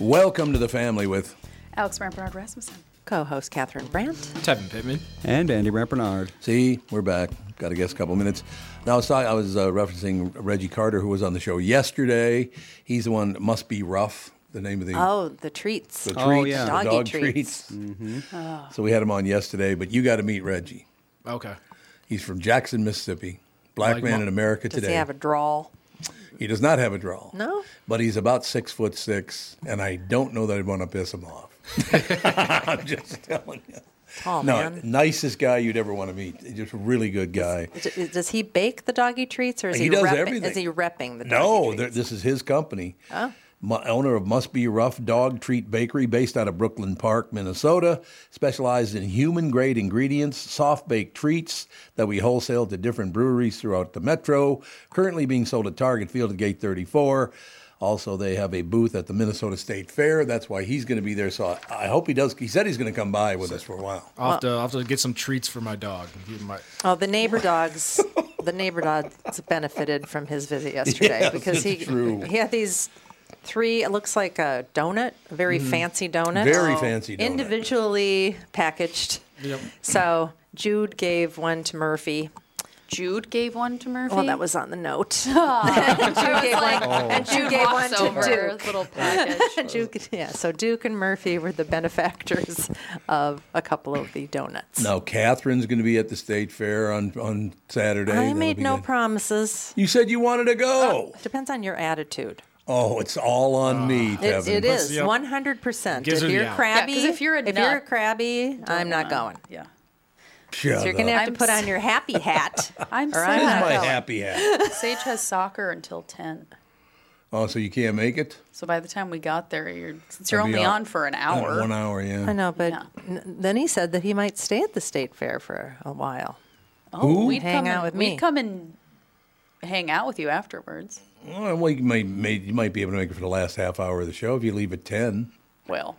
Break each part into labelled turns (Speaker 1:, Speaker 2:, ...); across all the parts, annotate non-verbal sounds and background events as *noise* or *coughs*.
Speaker 1: Welcome to the family with
Speaker 2: Alex Rampernard Rasmussen.
Speaker 3: Co-host Catherine Brandt.
Speaker 4: Tevin Pittman.
Speaker 5: And Andy Rampernard.
Speaker 1: See, we're back. Got to guess a couple minutes. Now, I was, talking, I was uh, referencing Reggie Carter, who was on the show yesterday. He's the one, Must Be Rough, the name of the.
Speaker 3: Oh, the treats.
Speaker 1: The treats,
Speaker 5: Oh, yeah. Mm-hmm.
Speaker 1: the
Speaker 3: Doggy
Speaker 1: dog treats.
Speaker 3: treats. Oh.
Speaker 1: So we had him on yesterday, but you got to meet Reggie.
Speaker 4: Okay.
Speaker 1: He's from Jackson, Mississippi. Black
Speaker 4: Like
Speaker 1: man
Speaker 4: mo-
Speaker 1: in America
Speaker 3: Does
Speaker 1: today.
Speaker 3: he have a drawl?
Speaker 1: He does not have a draw.
Speaker 3: No?
Speaker 1: But he's about six foot six, and I don't know that I'd want to piss him off. I'm just telling you.
Speaker 3: Tall
Speaker 1: no,
Speaker 3: man.
Speaker 1: nicest guy you'd ever want to meet. Just a really good guy.
Speaker 3: D- Does he bake the doggy treats, or is
Speaker 1: He
Speaker 3: he,
Speaker 1: does
Speaker 3: repping,
Speaker 1: everything.
Speaker 3: Is he repping the Oh. doggy
Speaker 1: No,
Speaker 3: treats?
Speaker 1: there- this is his company. Mu- owner of Must Be Rough Dog Treat Bakery, based out of Brooklyn Park, Minnesota, specialized in human grade ingredients, soft baked treats that we wholesale to different breweries throughout the metro. Currently being sold at Target Field at Gate 34. Also, they have a booth at the Minnesota State Fair. That's why he's going to be there. So I I hope he does. He said he's going to come by with us for a while.
Speaker 4: I'll, have to, I'll have to get some treats for my dog. He might-
Speaker 3: Oh, the
Speaker 1: *laughs*
Speaker 3: neighbor dogs. the neighbor dogs benefited from his visit yesterday
Speaker 1: Yes,
Speaker 3: because he
Speaker 1: it's true.
Speaker 3: he had these three. It looks like a donut, a very fancy donut,
Speaker 1: Mm-hmm.
Speaker 5: Oh.
Speaker 1: Very fancy donut.
Speaker 3: individually packaged.
Speaker 4: Yep.
Speaker 3: So Jude gave one to Murphy.
Speaker 2: Jude gave one to Murphy.
Speaker 3: Well, that was on the
Speaker 2: *laughs*
Speaker 3: note. *laughs*
Speaker 2: Jude gave
Speaker 1: Oh.
Speaker 3: like-
Speaker 2: one,
Speaker 3: and Jude gave one
Speaker 2: walks
Speaker 3: to
Speaker 2: over
Speaker 3: Duke.
Speaker 2: a little
Speaker 4: *laughs*
Speaker 2: package.
Speaker 3: *laughs* Duke, yeah, so Duke and Murphy were the benefactors of a couple of the donuts.
Speaker 1: Now, Catherine's going to be at the State Fair on, on Saturday.
Speaker 3: I
Speaker 1: That'll
Speaker 3: made
Speaker 1: be
Speaker 3: no
Speaker 1: good.
Speaker 3: promises. Uh,
Speaker 1: You said you wanted to go.
Speaker 3: Depends on your attitude.
Speaker 1: Oh, it's all on
Speaker 2: Ah.
Speaker 1: me,
Speaker 3: It,
Speaker 1: Kevin.
Speaker 3: it is
Speaker 4: Yep.
Speaker 3: one hundred percent.
Speaker 4: Gives
Speaker 3: If
Speaker 4: her the
Speaker 3: you're
Speaker 4: out.
Speaker 2: Yeah,
Speaker 3: crabby,
Speaker 2: 'cause if you're a
Speaker 3: if you're
Speaker 2: nut,
Speaker 3: crabby, I'm not going.
Speaker 2: Yeah.
Speaker 1: Shut
Speaker 3: So you're gonna
Speaker 1: up.
Speaker 3: have to
Speaker 2: I'm
Speaker 3: put
Speaker 2: s-
Speaker 3: on your happy hat.
Speaker 2: *laughs* I'm
Speaker 3: Or I'm
Speaker 1: This is
Speaker 3: not
Speaker 1: my
Speaker 2: sad.
Speaker 3: going.
Speaker 1: happy hat.
Speaker 2: *laughs* Sage has soccer until 10.
Speaker 1: Oh, so you can't make it?
Speaker 2: So by the time we got there, you're, since you're
Speaker 1: I'll be
Speaker 2: only
Speaker 1: out-
Speaker 2: on for an
Speaker 1: Uh,
Speaker 2: hour.
Speaker 1: One hour, yeah.
Speaker 3: I know, but
Speaker 2: Yeah.
Speaker 3: n- then he said that he might stay at the state fair for a while.
Speaker 2: Oh, we'd
Speaker 3: Hang
Speaker 2: come
Speaker 3: out
Speaker 2: and,
Speaker 3: with me.
Speaker 2: We'd come and hang out with you afterwards.
Speaker 1: Well, well, you might, may, you might be able to make it for the last half hour of the show if you leave at ten. *laughs*
Speaker 2: Well,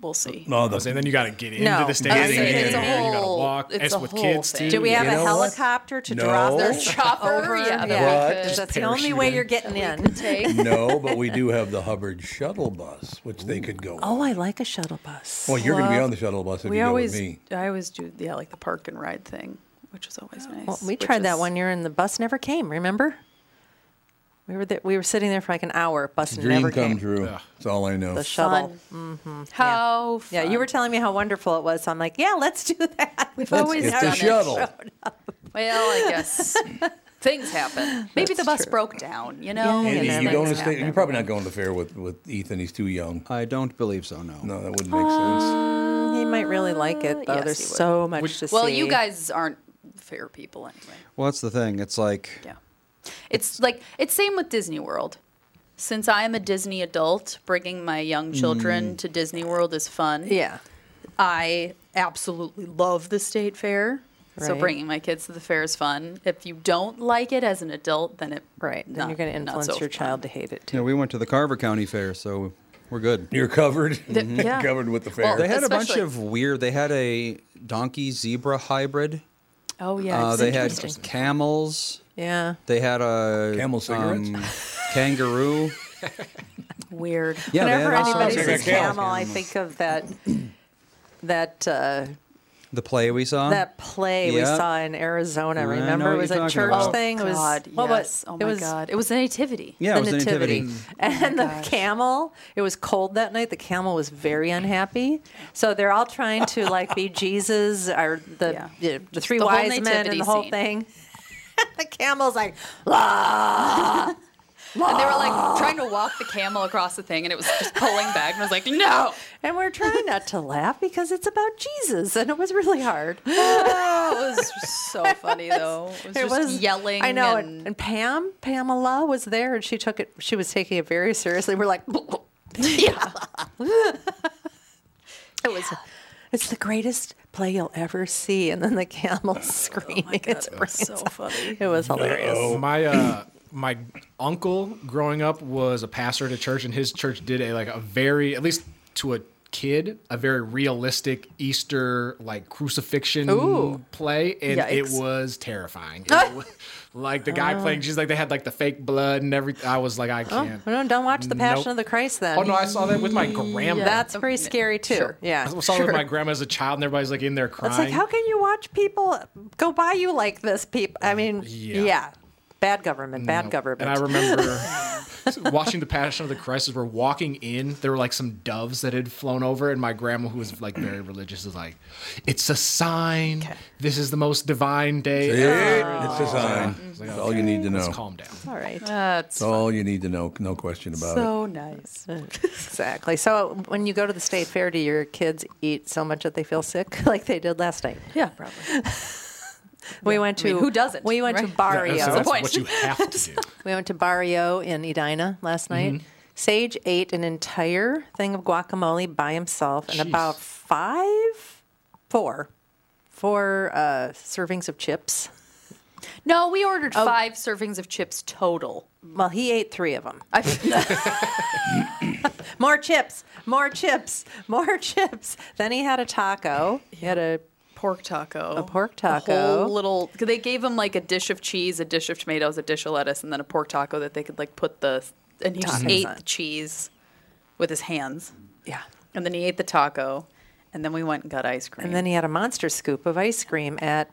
Speaker 2: we'll see.
Speaker 1: No,
Speaker 4: I was saying,
Speaker 1: the,
Speaker 4: then you got to get into
Speaker 3: No.
Speaker 4: the state
Speaker 1: I was
Speaker 4: fair.
Speaker 1: saying,
Speaker 4: You
Speaker 1: it's a
Speaker 4: got to
Speaker 2: whole-
Speaker 4: walk.
Speaker 2: it's
Speaker 4: It's,
Speaker 2: a
Speaker 4: with
Speaker 2: whole
Speaker 4: kids,
Speaker 2: thing.
Speaker 4: too.
Speaker 3: Do we have
Speaker 1: You know
Speaker 3: a
Speaker 1: what?
Speaker 3: helicopter to
Speaker 1: No.
Speaker 3: drop
Speaker 1: There's
Speaker 3: us
Speaker 2: chopper,
Speaker 3: over?
Speaker 2: yeah, that
Speaker 1: What?
Speaker 3: because that's the
Speaker 4: Parachute
Speaker 3: only way
Speaker 4: in.
Speaker 3: you're getting in.
Speaker 2: Take.
Speaker 1: no, but we do have the Hubbard shuttle bus, which they could go.
Speaker 3: Oh, I like a shuttle bus.
Speaker 1: well, you're going to be on the shuttle bus if
Speaker 2: We
Speaker 1: you go
Speaker 2: always,
Speaker 1: with me.
Speaker 2: I always do, yeah, like the park and ride thing, which is always nice.
Speaker 3: Well, we
Speaker 2: which
Speaker 3: tried that
Speaker 2: is-
Speaker 3: one year, and the bus never came. Remember? We were there, we were sitting there for like an hour. Bus
Speaker 1: Dream
Speaker 3: never
Speaker 1: come
Speaker 3: came.
Speaker 1: true. That's all I know.
Speaker 3: The shuttle.
Speaker 2: Fun.
Speaker 3: Mm,
Speaker 5: Mm-hmm.
Speaker 2: How
Speaker 3: Yeah, you were telling me how wonderful it was. So I'm like, yeah, let's do that. *laughs* We've
Speaker 2: always
Speaker 1: it's
Speaker 2: done
Speaker 1: the
Speaker 2: it. *laughs*
Speaker 1: shuttle.
Speaker 2: Well, I guess
Speaker 3: *laughs*
Speaker 2: things happen. Maybe the bus
Speaker 3: true.
Speaker 2: broke down, you know?
Speaker 3: Yeah,
Speaker 1: Andy,
Speaker 3: yeah,
Speaker 1: you
Speaker 3: things
Speaker 1: going to stay,
Speaker 3: happen.
Speaker 1: you're probably not going to the fair with, with Ethan. He's too young.
Speaker 5: I don't believe so, no.
Speaker 1: No, that wouldn't make sense.
Speaker 3: He might really like it though.
Speaker 2: yes,
Speaker 3: There's
Speaker 2: he would.
Speaker 3: so much to see.
Speaker 2: Well, you guys aren't fair people anyway.
Speaker 5: Well, that's the thing. It's like,
Speaker 2: Yeah. It's like, it's same with Disney World. Since I am a Disney adult, bringing my young children to Disney World is fun.
Speaker 3: Mm. Yeah.
Speaker 2: I absolutely love the state fair. So
Speaker 3: Right.
Speaker 2: bringing my kids to the fair is fun. If you don't like it as an adult, then it
Speaker 3: Right. Then
Speaker 2: not-
Speaker 3: you're going to
Speaker 2: not
Speaker 3: influence
Speaker 2: so
Speaker 3: your
Speaker 2: fun.
Speaker 3: child to hate it
Speaker 5: you
Speaker 3: too.
Speaker 5: know, we went to the Carver County Fair, so we're good.
Speaker 1: You're covered.
Speaker 2: yeah.
Speaker 1: covered with the fair.
Speaker 2: Well,
Speaker 5: They had a bunch
Speaker 2: Especially-
Speaker 5: of weird, they had a donkey zebra hybrid.
Speaker 2: Oh yeah,
Speaker 5: Uh,
Speaker 2: it's
Speaker 5: they had
Speaker 2: interesting.
Speaker 5: camels.
Speaker 3: Yeah.
Speaker 5: They had a
Speaker 1: Camel cigarettes?
Speaker 5: um, kangaroo.
Speaker 2: weird.
Speaker 5: Yeah, they
Speaker 3: Whenever
Speaker 5: had all
Speaker 3: anybody
Speaker 5: sorts
Speaker 1: Like a
Speaker 3: says
Speaker 5: of-
Speaker 1: camel.
Speaker 3: camel, I think of that that uh,
Speaker 5: the play we saw.
Speaker 3: that play we
Speaker 5: Yeah.
Speaker 3: saw in Arizona.
Speaker 5: I know
Speaker 3: Remember,
Speaker 5: what
Speaker 3: it was
Speaker 5: you're
Speaker 3: a
Speaker 5: talking
Speaker 3: church
Speaker 5: about.
Speaker 3: thing. It was
Speaker 2: God, yes.
Speaker 3: what was
Speaker 2: oh
Speaker 3: it
Speaker 2: my
Speaker 3: was
Speaker 2: god, it was a nativity. Oh
Speaker 5: yeah,
Speaker 3: the
Speaker 5: it was the
Speaker 3: nativity.
Speaker 5: nativity.
Speaker 3: And the camel, it was cold that night. The camel was very unhappy. So they're all trying to
Speaker 2: *laughs*
Speaker 3: like be Jesus or the
Speaker 2: Yeah.
Speaker 3: you know, the three
Speaker 2: the whole
Speaker 3: wise men and
Speaker 2: nativity
Speaker 3: the whole
Speaker 2: scene.
Speaker 3: thing. *laughs* the camel's like, "La."
Speaker 2: *laughs* And they were like trying to walk the camel across the thing, and it was just pulling back. And I was like, no.
Speaker 3: and we're trying not to laugh because it's about Jesus, and it was
Speaker 2: *laughs*
Speaker 3: really hard.
Speaker 2: Oh, it *laughs* was so funny though. It was
Speaker 3: It
Speaker 2: just yelling.
Speaker 3: I know, and,
Speaker 2: and-
Speaker 3: and Pam, Pamela was there, and she took it. She was taking it very seriously. We're like, *laughs* yeah, *laughs* it was. It's the greatest play you'll ever see, and then the camel *laughs* screaming.
Speaker 2: Oh my God,
Speaker 3: its
Speaker 2: it was so
Speaker 3: brains out.
Speaker 2: funny.
Speaker 3: It was hilarious. *laughs*
Speaker 4: My uh, my uncle growing up was a pastor at a church, and his church did a like a very at least to a kid a very realistic Easter like crucifixion
Speaker 2: Ooh.
Speaker 4: play, and it
Speaker 2: Yikes.
Speaker 4: was terrifying.
Speaker 3: Ah.
Speaker 4: It wa- like the
Speaker 3: Uh.
Speaker 4: guy playing, she's like they had like the fake blood and everything. I was like,
Speaker 3: Oh.
Speaker 4: I can't.
Speaker 3: Well, don't watch The Passion
Speaker 4: Nope.
Speaker 3: of the Christ then.
Speaker 4: Oh no, I saw that with my grandma.
Speaker 3: That's pretty
Speaker 2: Okay.
Speaker 3: scary too.
Speaker 2: Sure.
Speaker 3: Yeah.
Speaker 4: I saw it with my grandma as a child, and everybody's like in there crying.
Speaker 3: It's like, how can you watch people go by you like this? People, I mean, yeah.
Speaker 4: Yeah.
Speaker 3: Bad government, bad
Speaker 4: Nope.
Speaker 3: government.
Speaker 4: And I remember watching The Passion of the Christ as we're walking in. There were like some doves that had flown over, and my grandma, who was like very religious, is like, "It's a sign. This is the most divine day."
Speaker 1: It- it's a sign. That's all you need to know.
Speaker 4: Let's
Speaker 1: That's
Speaker 4: calm down.
Speaker 3: *laughs* All right.
Speaker 2: That's
Speaker 1: all you need to know. No question about it.
Speaker 2: Uh, so nice.
Speaker 3: *laughs* exactly. So when you go to the state fair, do your kids eat so much that they feel sick, *laughs* like they did last night?
Speaker 2: Yeah, probably.
Speaker 3: We went to
Speaker 2: mean, who doesn't,
Speaker 3: We went
Speaker 2: right?
Speaker 3: to
Speaker 2: Yeah,
Speaker 3: Barrio.
Speaker 4: That's, that's
Speaker 2: point.
Speaker 4: what
Speaker 3: *laughs*
Speaker 4: you have to do. Mm-hmm.
Speaker 3: We went to Barrio in Edina last night. Sage ate an entire thing of guacamole by himself and
Speaker 4: Jeez.
Speaker 3: about five, four, four uh, servings of chips.
Speaker 2: *laughs* No, we ordered five servings of chips total.
Speaker 3: Well, he ate three of them.
Speaker 2: I,
Speaker 3: *laughs* More chips, more chips, more chips. Then he had a taco. He had a
Speaker 2: pork taco. A
Speaker 3: pork
Speaker 2: A
Speaker 3: taco.
Speaker 2: whole little. 'cause They gave him like a dish of cheese, a dish of tomatoes, a dish of lettuce, and then a pork taco that they could like put the. And he just
Speaker 3: Tacos
Speaker 2: ate
Speaker 3: on.
Speaker 2: the cheese with his hands,
Speaker 3: yeah.
Speaker 2: and then he ate the taco, and then we went and got ice cream.
Speaker 3: And then he had a monster scoop of ice cream at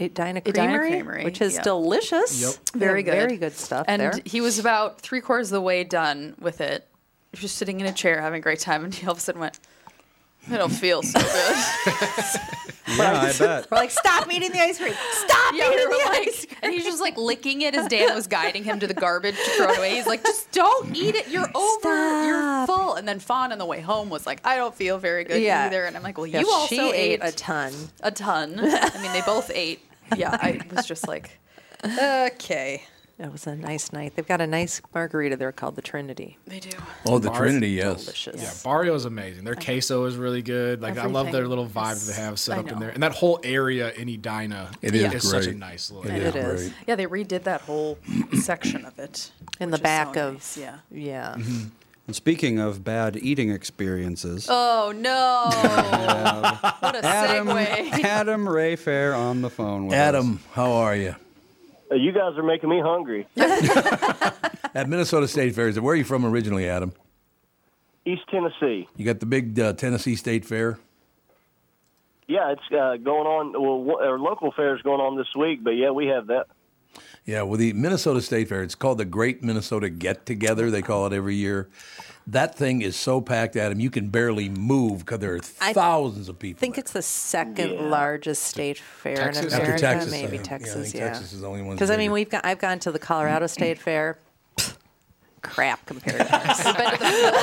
Speaker 3: Edina
Speaker 2: Edina
Speaker 3: Creamery,
Speaker 2: Creamery,
Speaker 3: which is
Speaker 2: yeah.
Speaker 3: delicious.
Speaker 4: Yep.
Speaker 3: They
Speaker 2: very
Speaker 3: have
Speaker 2: good,
Speaker 3: Very good stuff
Speaker 2: And
Speaker 3: there.
Speaker 2: he was about three quarters of the way done with it, He was just sitting in a chair having a great time, and he all of a sudden went, "I don't feel so good."
Speaker 3: *laughs*
Speaker 5: Yeah, I
Speaker 4: *laughs*
Speaker 5: bet.
Speaker 3: We're like, stop eating the ice cream. Stop
Speaker 2: Yeah, we
Speaker 3: eating
Speaker 2: were
Speaker 3: the
Speaker 2: like,
Speaker 3: ice cream.
Speaker 2: and he's just like licking it as Dan was guiding him to the garbage to throw it away. He's like, just don't eat it. You're over. You're
Speaker 3: Stop.
Speaker 2: full. And then Fawn on the way home was like, I don't feel very good
Speaker 3: Yeah.
Speaker 2: either. And I'm like, well,
Speaker 3: Yeah,
Speaker 2: you also
Speaker 3: she ate
Speaker 2: ate,
Speaker 3: a ton.
Speaker 2: a ton. I mean, they both ate. Yeah, I was just like, *laughs* okay,
Speaker 3: It was a nice night. They've got a nice margarita there called the Trinity.
Speaker 2: they do.
Speaker 1: Oh, the
Speaker 4: Bars.
Speaker 1: Trinity, yes.
Speaker 3: Delicious.
Speaker 4: Yeah, Barrio is amazing. Their queso is really good. Like I love their
Speaker 2: Everything
Speaker 4: little vibe
Speaker 2: is-
Speaker 4: they have set
Speaker 2: I
Speaker 4: up in
Speaker 2: know.
Speaker 4: there, and that whole area in Edina
Speaker 1: It is
Speaker 4: such a
Speaker 1: great.
Speaker 4: nice little.
Speaker 1: It
Speaker 4: area.
Speaker 1: is
Speaker 3: It is.
Speaker 1: great.
Speaker 2: Yeah, they redid that whole section of it
Speaker 3: In
Speaker 2: which
Speaker 3: the
Speaker 2: is so
Speaker 3: back of
Speaker 2: nice, yeah.
Speaker 3: yeah.
Speaker 5: *laughs* And speaking of bad eating experiences,
Speaker 2: Oh no! what a
Speaker 5: Adam
Speaker 2: segue. *laughs*
Speaker 5: Adam Rayfair on the phone with us.
Speaker 1: Adam, how are you?
Speaker 6: Uh, You guys are making me hungry.
Speaker 1: At Minnesota State Fair, is it- where are you from originally, Adam?
Speaker 6: East Tennessee.
Speaker 1: You got the big uh, Tennessee State Fair?
Speaker 6: Yeah, it's uh, going on. Well, wh- our local fair is going on this week, but yeah, we have that.
Speaker 1: Yeah, well, the Minnesota State Fair, it's called the Great Minnesota Get Together, they call it every year. That thing is so packed, Adam, you can barely move because there are
Speaker 3: I
Speaker 1: thousands of people.
Speaker 3: I think it's the second
Speaker 6: Yeah.
Speaker 3: largest state fair
Speaker 4: Texas?
Speaker 3: in
Speaker 4: After
Speaker 3: America,
Speaker 1: Texas, I
Speaker 3: maybe
Speaker 1: think. Yeah, I
Speaker 3: Texas.
Speaker 1: think Texas is the only one that's
Speaker 3: Because I mean,
Speaker 1: bigger.
Speaker 3: we've got I've gone to
Speaker 1: *clears throat*
Speaker 3: the Colorado State Fair. Pfft, Crap compared to
Speaker 2: *laughs*
Speaker 3: ours.
Speaker 2: I've been to the Florida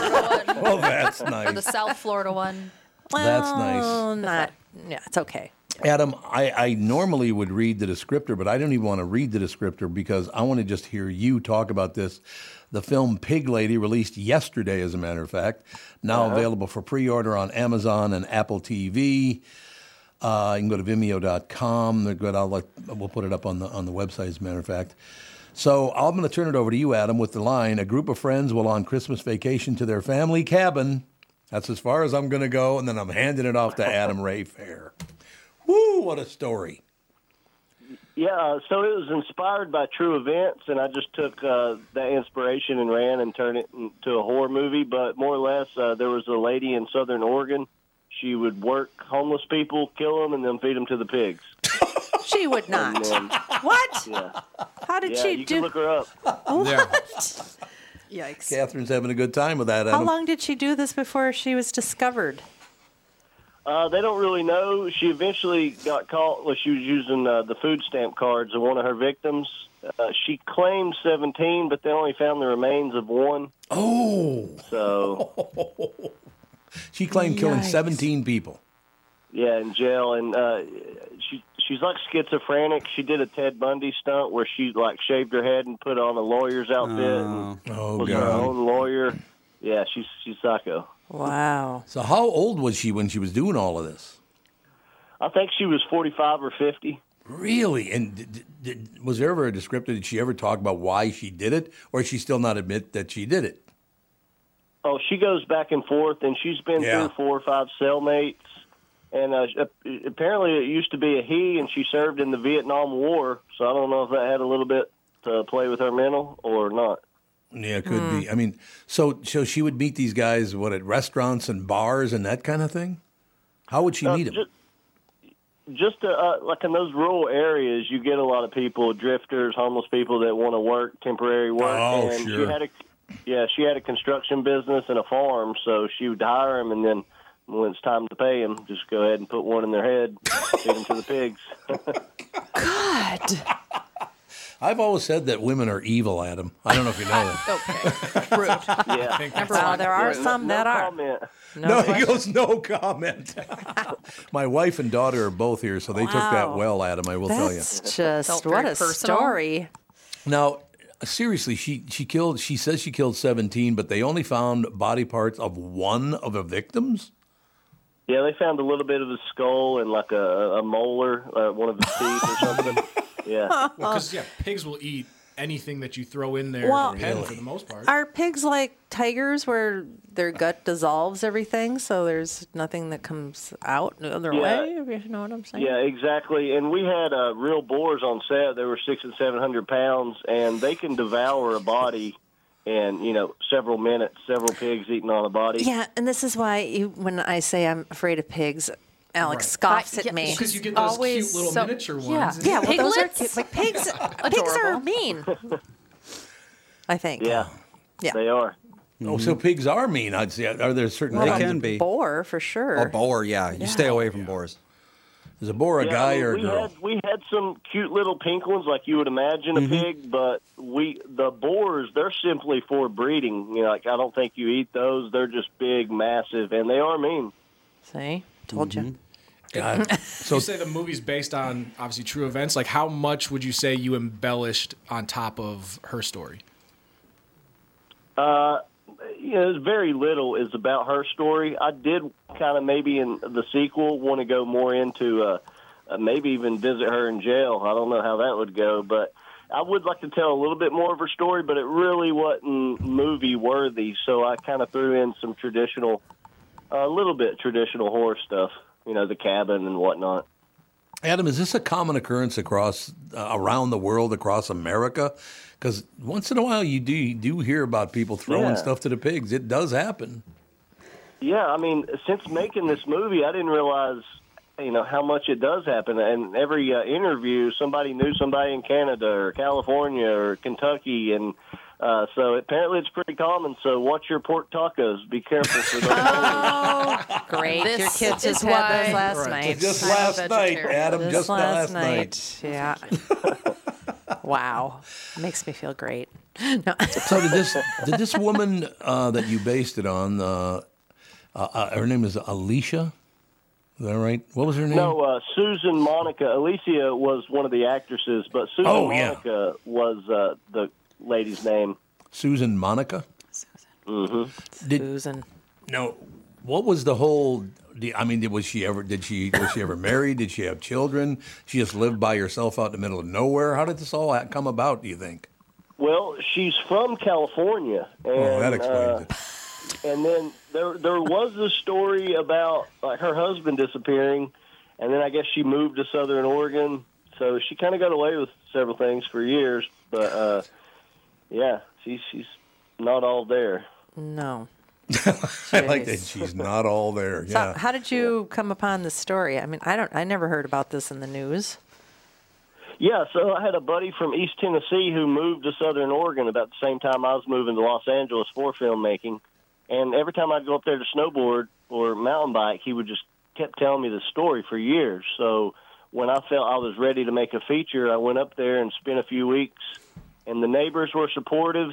Speaker 4: *laughs*
Speaker 2: one,
Speaker 1: Oh, that's
Speaker 2: the
Speaker 1: nice.
Speaker 2: South Florida one.
Speaker 1: That's nice.
Speaker 3: Well, Oh, Not yeah, it's okay.
Speaker 1: Adam, I, I normally would read the descriptor, but I don't even want to read the descriptor because I want to just hear you talk about this. The film Pig Lady, released yesterday, as a matter of fact, now available for pre order on Amazon and Apple TV. Uh, you can go to Vimeo.com. They're good. I'll let, we'll put it up on the on the website, as a matter of fact. So I'm going to turn it over to you, Adam, with the line: A group of friends will on Christmas vacation to their family cabin. That's as far as I'm going to go, and then I'm handing it off to Adam Rayfair. Woo! What a story.
Speaker 6: Yeah, uh, so it was inspired by true events, and I just took uh, that inspiration and ran and turned it into a horror movie. But more or less, uh, there was a lady in Southern Oregon. She would work homeless people, kill them, and then feed them to the pigs. *laughs*
Speaker 3: She would not.
Speaker 6: And,
Speaker 3: what?
Speaker 6: yeah,
Speaker 3: How did
Speaker 6: yeah
Speaker 3: she
Speaker 6: you can
Speaker 3: do?
Speaker 6: look her up.
Speaker 4: Yeah.
Speaker 2: Yikes.
Speaker 1: Catherine's having a good time with that.
Speaker 3: How
Speaker 1: Adam.
Speaker 3: long did she do this before she was discovered?
Speaker 6: Uh, they don't really know. She eventually got caught when she was using uh, the food stamp cards of one of her victims. Uh, she claimed 17, but they only found the remains of one.
Speaker 1: Oh,
Speaker 6: So,
Speaker 1: she claimed killing
Speaker 3: Yikes.
Speaker 1: 17 people.
Speaker 6: yeah, in jail. And uh, she she's like schizophrenic. She did a Ted Bundy stunt where she like shaved her head and put on a lawyer's outfit and
Speaker 1: Oh,
Speaker 6: was her own lawyer. Yeah, she's she's psycho.
Speaker 3: Wow.
Speaker 1: So, how old was she when she was doing all of this?
Speaker 6: I think she was 45 or 50.
Speaker 1: Really? And did, did, was there ever a descriptor? Did she ever talk about why she did it, or is she still not admit that she did it?
Speaker 6: Uh, Oh, she goes back and forth, and she's been
Speaker 1: Yeah.
Speaker 6: through four or five cellmates. And uh, sh- apparently, it used to be a he, and she served in the Vietnam War. So I don't know if that had a little bit to play with her mental or not.
Speaker 1: Yeah, it could
Speaker 3: Hmm.
Speaker 1: be. I mean, so so she would meet these guys what at restaurants and bars and that kind of thing. How would she meet them?
Speaker 6: just- Just to, uh, like in those rural areas, you get a lot of people, drifters, homeless people that want to work temporary work.
Speaker 1: Oh,
Speaker 6: and
Speaker 1: sure.
Speaker 6: She had a, yeah, she had a construction business and a farm, so she would hire them, and then when it's time to pay them, just go ahead and put one in their head, *laughs* feed them to the pigs. *laughs*
Speaker 3: God.
Speaker 1: I've always said that women are evil, Adam. I don't know if you know
Speaker 3: *laughs*
Speaker 1: that.
Speaker 2: Okay.
Speaker 6: Yeah.
Speaker 3: Well, there are some that
Speaker 6: No
Speaker 3: are.
Speaker 6: comment.
Speaker 1: no, he goes no comment. My wife and daughter are both here, so they took that
Speaker 3: Wow.
Speaker 1: well, Adam. I will tell you.
Speaker 3: That's
Speaker 2: Felt
Speaker 3: just
Speaker 2: very
Speaker 3: what a
Speaker 2: personal.
Speaker 3: story.
Speaker 1: Now, seriously, she she killed. She says she killed seventeen, but they only found body parts of one of the victims.
Speaker 6: Yeah, they found a little bit of his skull and like a, a molar, uh, one of his teeth or something.
Speaker 3: *laughs*
Speaker 6: yeah.
Speaker 4: Because yeah, pigs will eat anything that you throw in there
Speaker 3: Well-
Speaker 4: or pen for the most part.
Speaker 3: Are pigs like tigers where their gut dissolves everything so there's nothing that comes out the other
Speaker 6: Yeah.
Speaker 3: way? If you know what I'm saying?
Speaker 6: Yeah, exactly. And we had uh, real boars on set. They were six and seven hundred pounds, and they can devour a body in you know several minutes. Several pigs eating on a body.
Speaker 3: Yeah, and this is why you, when I say I'm afraid of pigs, Alex scoffs
Speaker 2: I-
Speaker 3: at
Speaker 2: yeah,
Speaker 3: me.
Speaker 4: because you get those
Speaker 2: Always
Speaker 4: cute little
Speaker 2: so-
Speaker 4: miniature ones.
Speaker 2: yeah.
Speaker 4: and-
Speaker 3: Yeah, well, those are
Speaker 2: Piglets?
Speaker 3: cute. Like *laughs* pigs, pigs are
Speaker 2: Adorable.
Speaker 3: mean. I think.
Speaker 6: Yeah.
Speaker 3: Yeah.
Speaker 6: They are.
Speaker 1: Oh, so pigs are mean. I'd say. Are there certain?
Speaker 5: Mm-hmm. They
Speaker 1: kinds of-
Speaker 5: can be.
Speaker 3: Boar for
Speaker 5: A
Speaker 3: sure.
Speaker 5: boar, yeah. You stay away from boars.
Speaker 1: Is a boar a
Speaker 6: Yeah,
Speaker 1: guy
Speaker 6: I mean,
Speaker 1: or a
Speaker 6: we
Speaker 1: girl?
Speaker 6: Had, we had some cute little pink ones, like you would imagine
Speaker 1: Mm-hmm.
Speaker 6: a pig, but we the boars they're simply for breeding. You know, like I don't think you eat those. They're just big, massive, and they are mean.
Speaker 3: See, told
Speaker 1: Mm-hmm.
Speaker 3: you.
Speaker 1: God.
Speaker 4: you say the movie's based on obviously true events. Like, how much would you say you embellished on top of her story?
Speaker 6: Uh, you know, there's very little is about her story. I did kind of maybe in the sequel want to go more into uh, uh, maybe even visit her in jail. I don't know how that would go, but I would like to tell a little bit more of her story, but it really wasn't movie worthy. So I kind of threw in some traditional, a little bit traditional horror stuff, you know, the cabin and whatnot.
Speaker 1: Adam, is this a common occurrence across uh, around the world, across America? Because once in a while, you do you do hear about people throwing
Speaker 6: Yeah.
Speaker 1: stuff to the pigs. It does happen.
Speaker 6: Yeah, I mean, since making this movie, I didn't realize, you know, how much it does happen. And every uh, interview, somebody knew somebody in Canada or California or Kentucky, and uh, so apparently it's pretty common. So watch your pork tacos. Be careful for
Speaker 1: *laughs*
Speaker 6: those.
Speaker 3: Oh, *laughs* great!
Speaker 2: This
Speaker 3: Your kids
Speaker 2: is
Speaker 3: just had
Speaker 2: why-
Speaker 3: those last night.
Speaker 1: Just
Speaker 2: I'm a
Speaker 1: last night,
Speaker 2: vegetarian.
Speaker 1: Adam.
Speaker 3: Just
Speaker 1: just last, night.
Speaker 3: Yeah.
Speaker 4: *laughs*
Speaker 3: wow, makes me feel great. No.
Speaker 1: So did this did this woman uh, that you based it on? Uh, uh, uh, her name is Alicia. Is that right? What was her name?
Speaker 6: no, uh, Susan Monica Alicia was one of the actresses, but Susan
Speaker 1: Oh, yeah.
Speaker 6: Monica was uh, the lady's name.
Speaker 1: Susan Monica.
Speaker 3: Susan.
Speaker 1: No. What was the whole? the- I mean, did- was she ever? Did she? Was she ever married? Did she have children? She just lived by herself out in the middle of nowhere. How did this all ha- come about? Do you think?
Speaker 6: Well, she's from California, and
Speaker 1: Oh, that
Speaker 6: uh,
Speaker 1: explains it.
Speaker 6: And then there there was a story about like her husband disappearing, and then I guess she moved to Southern Oregon, so she kind of got away with several things for years. But uh, yeah, she's she's not all there.
Speaker 3: No.
Speaker 1: *laughs* I like that
Speaker 3: Jeez.
Speaker 1: she's not all there.
Speaker 3: So
Speaker 1: Yeah.
Speaker 3: how did you come upon this story? I mean, I don't. I never heard about this in the news.
Speaker 6: Yeah, so I had a buddy from East Tennessee who moved to Southern Oregon about the same time I was moving to Los Angeles for filmmaking. And every time I'd go up there to snowboard or mountain bike, he would just kept telling me the story for years. So when I felt I was ready to make a feature, I went up there and spent a few weeks. And the neighbors were supportive,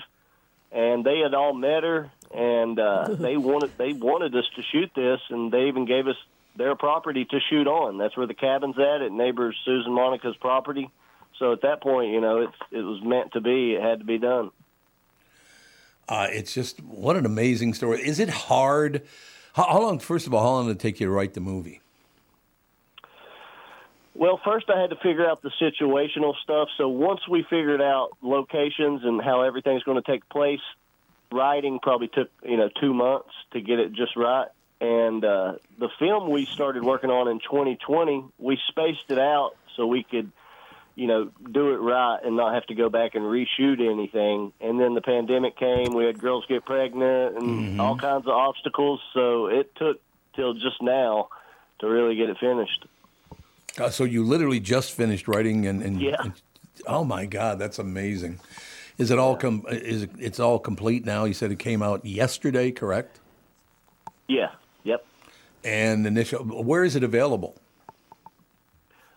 Speaker 6: and they had all met her, and uh, they wanted they wanted us to shoot this, and they even gave us their property to shoot on. That's where the cabin's at, at neighbors Susan Monica's property. So at that point, you know, it's it was meant to be. It had to be done.
Speaker 1: Uh, it's just what an amazing story. Is it hard? How, how long? First of all, how long did it take you to write the movie?
Speaker 6: Well, first I had to figure out the situational stuff. So once we figured out locations and how everything's going to take place, writing probably took you know two months to get it just right. And uh, the film we started working on in 2020, we spaced it out so we could, you know, do it right and not have to go back and reshoot anything. And then the pandemic came. We had girls get pregnant and all kinds of obstacles. So it took till just now to really get it finished.
Speaker 1: Uh, so you literally just finished writing and, and,
Speaker 6: Yeah.
Speaker 1: and- oh my god, that's amazing. Is it all com- is it, it's all complete now? You said it came out yesterday, correct?
Speaker 6: Yeah. Yep.
Speaker 1: And initial where is it available?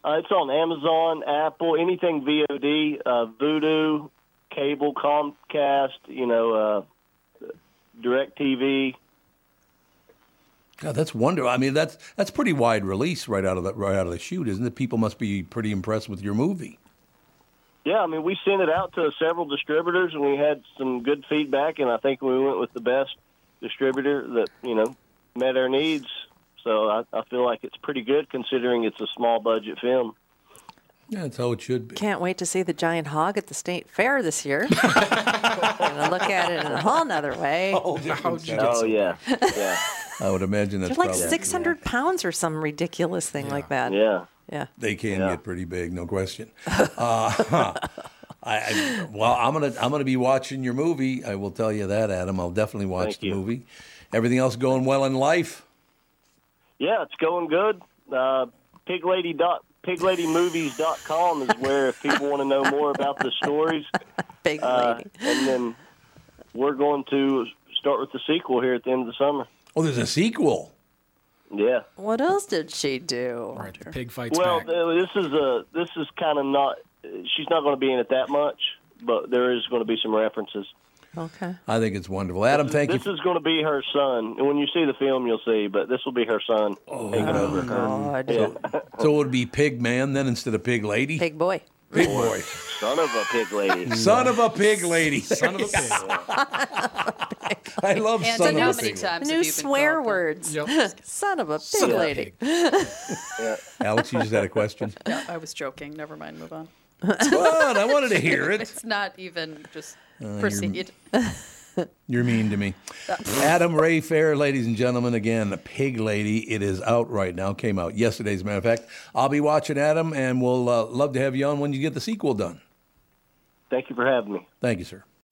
Speaker 6: Uh, it's on Amazon, Apple, anything VOD, uh, Voodoo, cable, Comcast, you know, uh, DirecTV.
Speaker 1: God, that's wonderful. I mean, that's that's pretty wide release right out of the right out of the shoot, isn't it? People must be pretty impressed with your movie.
Speaker 6: Yeah, I mean, we sent it out to several distributors, and we had some good feedback, and I think we went with the best distributor that you know met our needs. So I, I feel like it's pretty good considering it's a small budget film.
Speaker 1: Yeah, that's how it should be.
Speaker 3: Can't wait to see the giant hog at the state fair
Speaker 1: *laughs*
Speaker 3: this year. I'm gonna look at it in a whole
Speaker 1: *laughs*
Speaker 3: nother way.
Speaker 6: Oh
Speaker 3: *laughs*
Speaker 6: yeah, yeah,
Speaker 1: I would imagine that's
Speaker 3: They're like
Speaker 1: probably
Speaker 3: 600 pounds or some ridiculous thing like that.
Speaker 6: yeah.
Speaker 3: Yeah.
Speaker 1: they can
Speaker 6: Yeah.
Speaker 1: get pretty big, no question. Uh, *laughs* I, I, well, I'm gonna I'm gonna be watching your movie. I will tell you that, Adam. I'll definitely watch
Speaker 6: Thank
Speaker 1: the
Speaker 6: you.
Speaker 1: movie. Everything else going well in life?
Speaker 6: Yeah, it's going good. Uh, piglady dot pigladymovies.com is where if people want to know more about the
Speaker 3: *laughs*
Speaker 6: stories.
Speaker 3: Big
Speaker 6: Uh,
Speaker 3: lady.
Speaker 6: and then we're going to start with the sequel here at the end of the summer.
Speaker 1: Oh, there's a sequel.
Speaker 6: Yeah.
Speaker 3: What else did she do?
Speaker 4: All right, the pig fights
Speaker 6: well,
Speaker 4: back.
Speaker 6: uh, this is a this is kind of not. She's not going to be in it that much, but there is going to be some references.
Speaker 3: Okay.
Speaker 1: I think it's wonderful, Adam. Thank you.
Speaker 6: This is going to be her son. And When you see the film, you'll see. But this will be her son taking over.
Speaker 3: Oh, God.
Speaker 1: Oh, so it would be Pig Man then instead of Pig Lady.
Speaker 3: Big boy.
Speaker 1: Pig Boy. *laughs*
Speaker 6: Son of a pig lady.
Speaker 1: Son of a pig lady.
Speaker 4: Son of a pig.
Speaker 1: I love
Speaker 2: And
Speaker 1: son
Speaker 2: how
Speaker 1: of a
Speaker 2: many
Speaker 1: pig.
Speaker 2: times
Speaker 3: New
Speaker 2: have you been
Speaker 3: swear
Speaker 2: called?
Speaker 3: words.
Speaker 4: Yep.
Speaker 3: *laughs* Son of a big
Speaker 4: Son of a
Speaker 3: lady.
Speaker 4: pig.
Speaker 1: Alex, you just had a question.
Speaker 2: No, I was joking. Never mind. Move on.
Speaker 1: Fun. I wanted to hear it.
Speaker 2: *laughs*
Speaker 1: Uh,
Speaker 2: It's not even just proceed.
Speaker 1: You're mean to me. Adam Ray Fair, ladies and gentlemen, again, the Pig Lady. It is out right now. Came out yesterday, as a matter of fact. I'll be watching Adam, and we'll uh, love to have you on when you get the sequel done.
Speaker 6: Thank you for having me.
Speaker 1: Thank you, sir.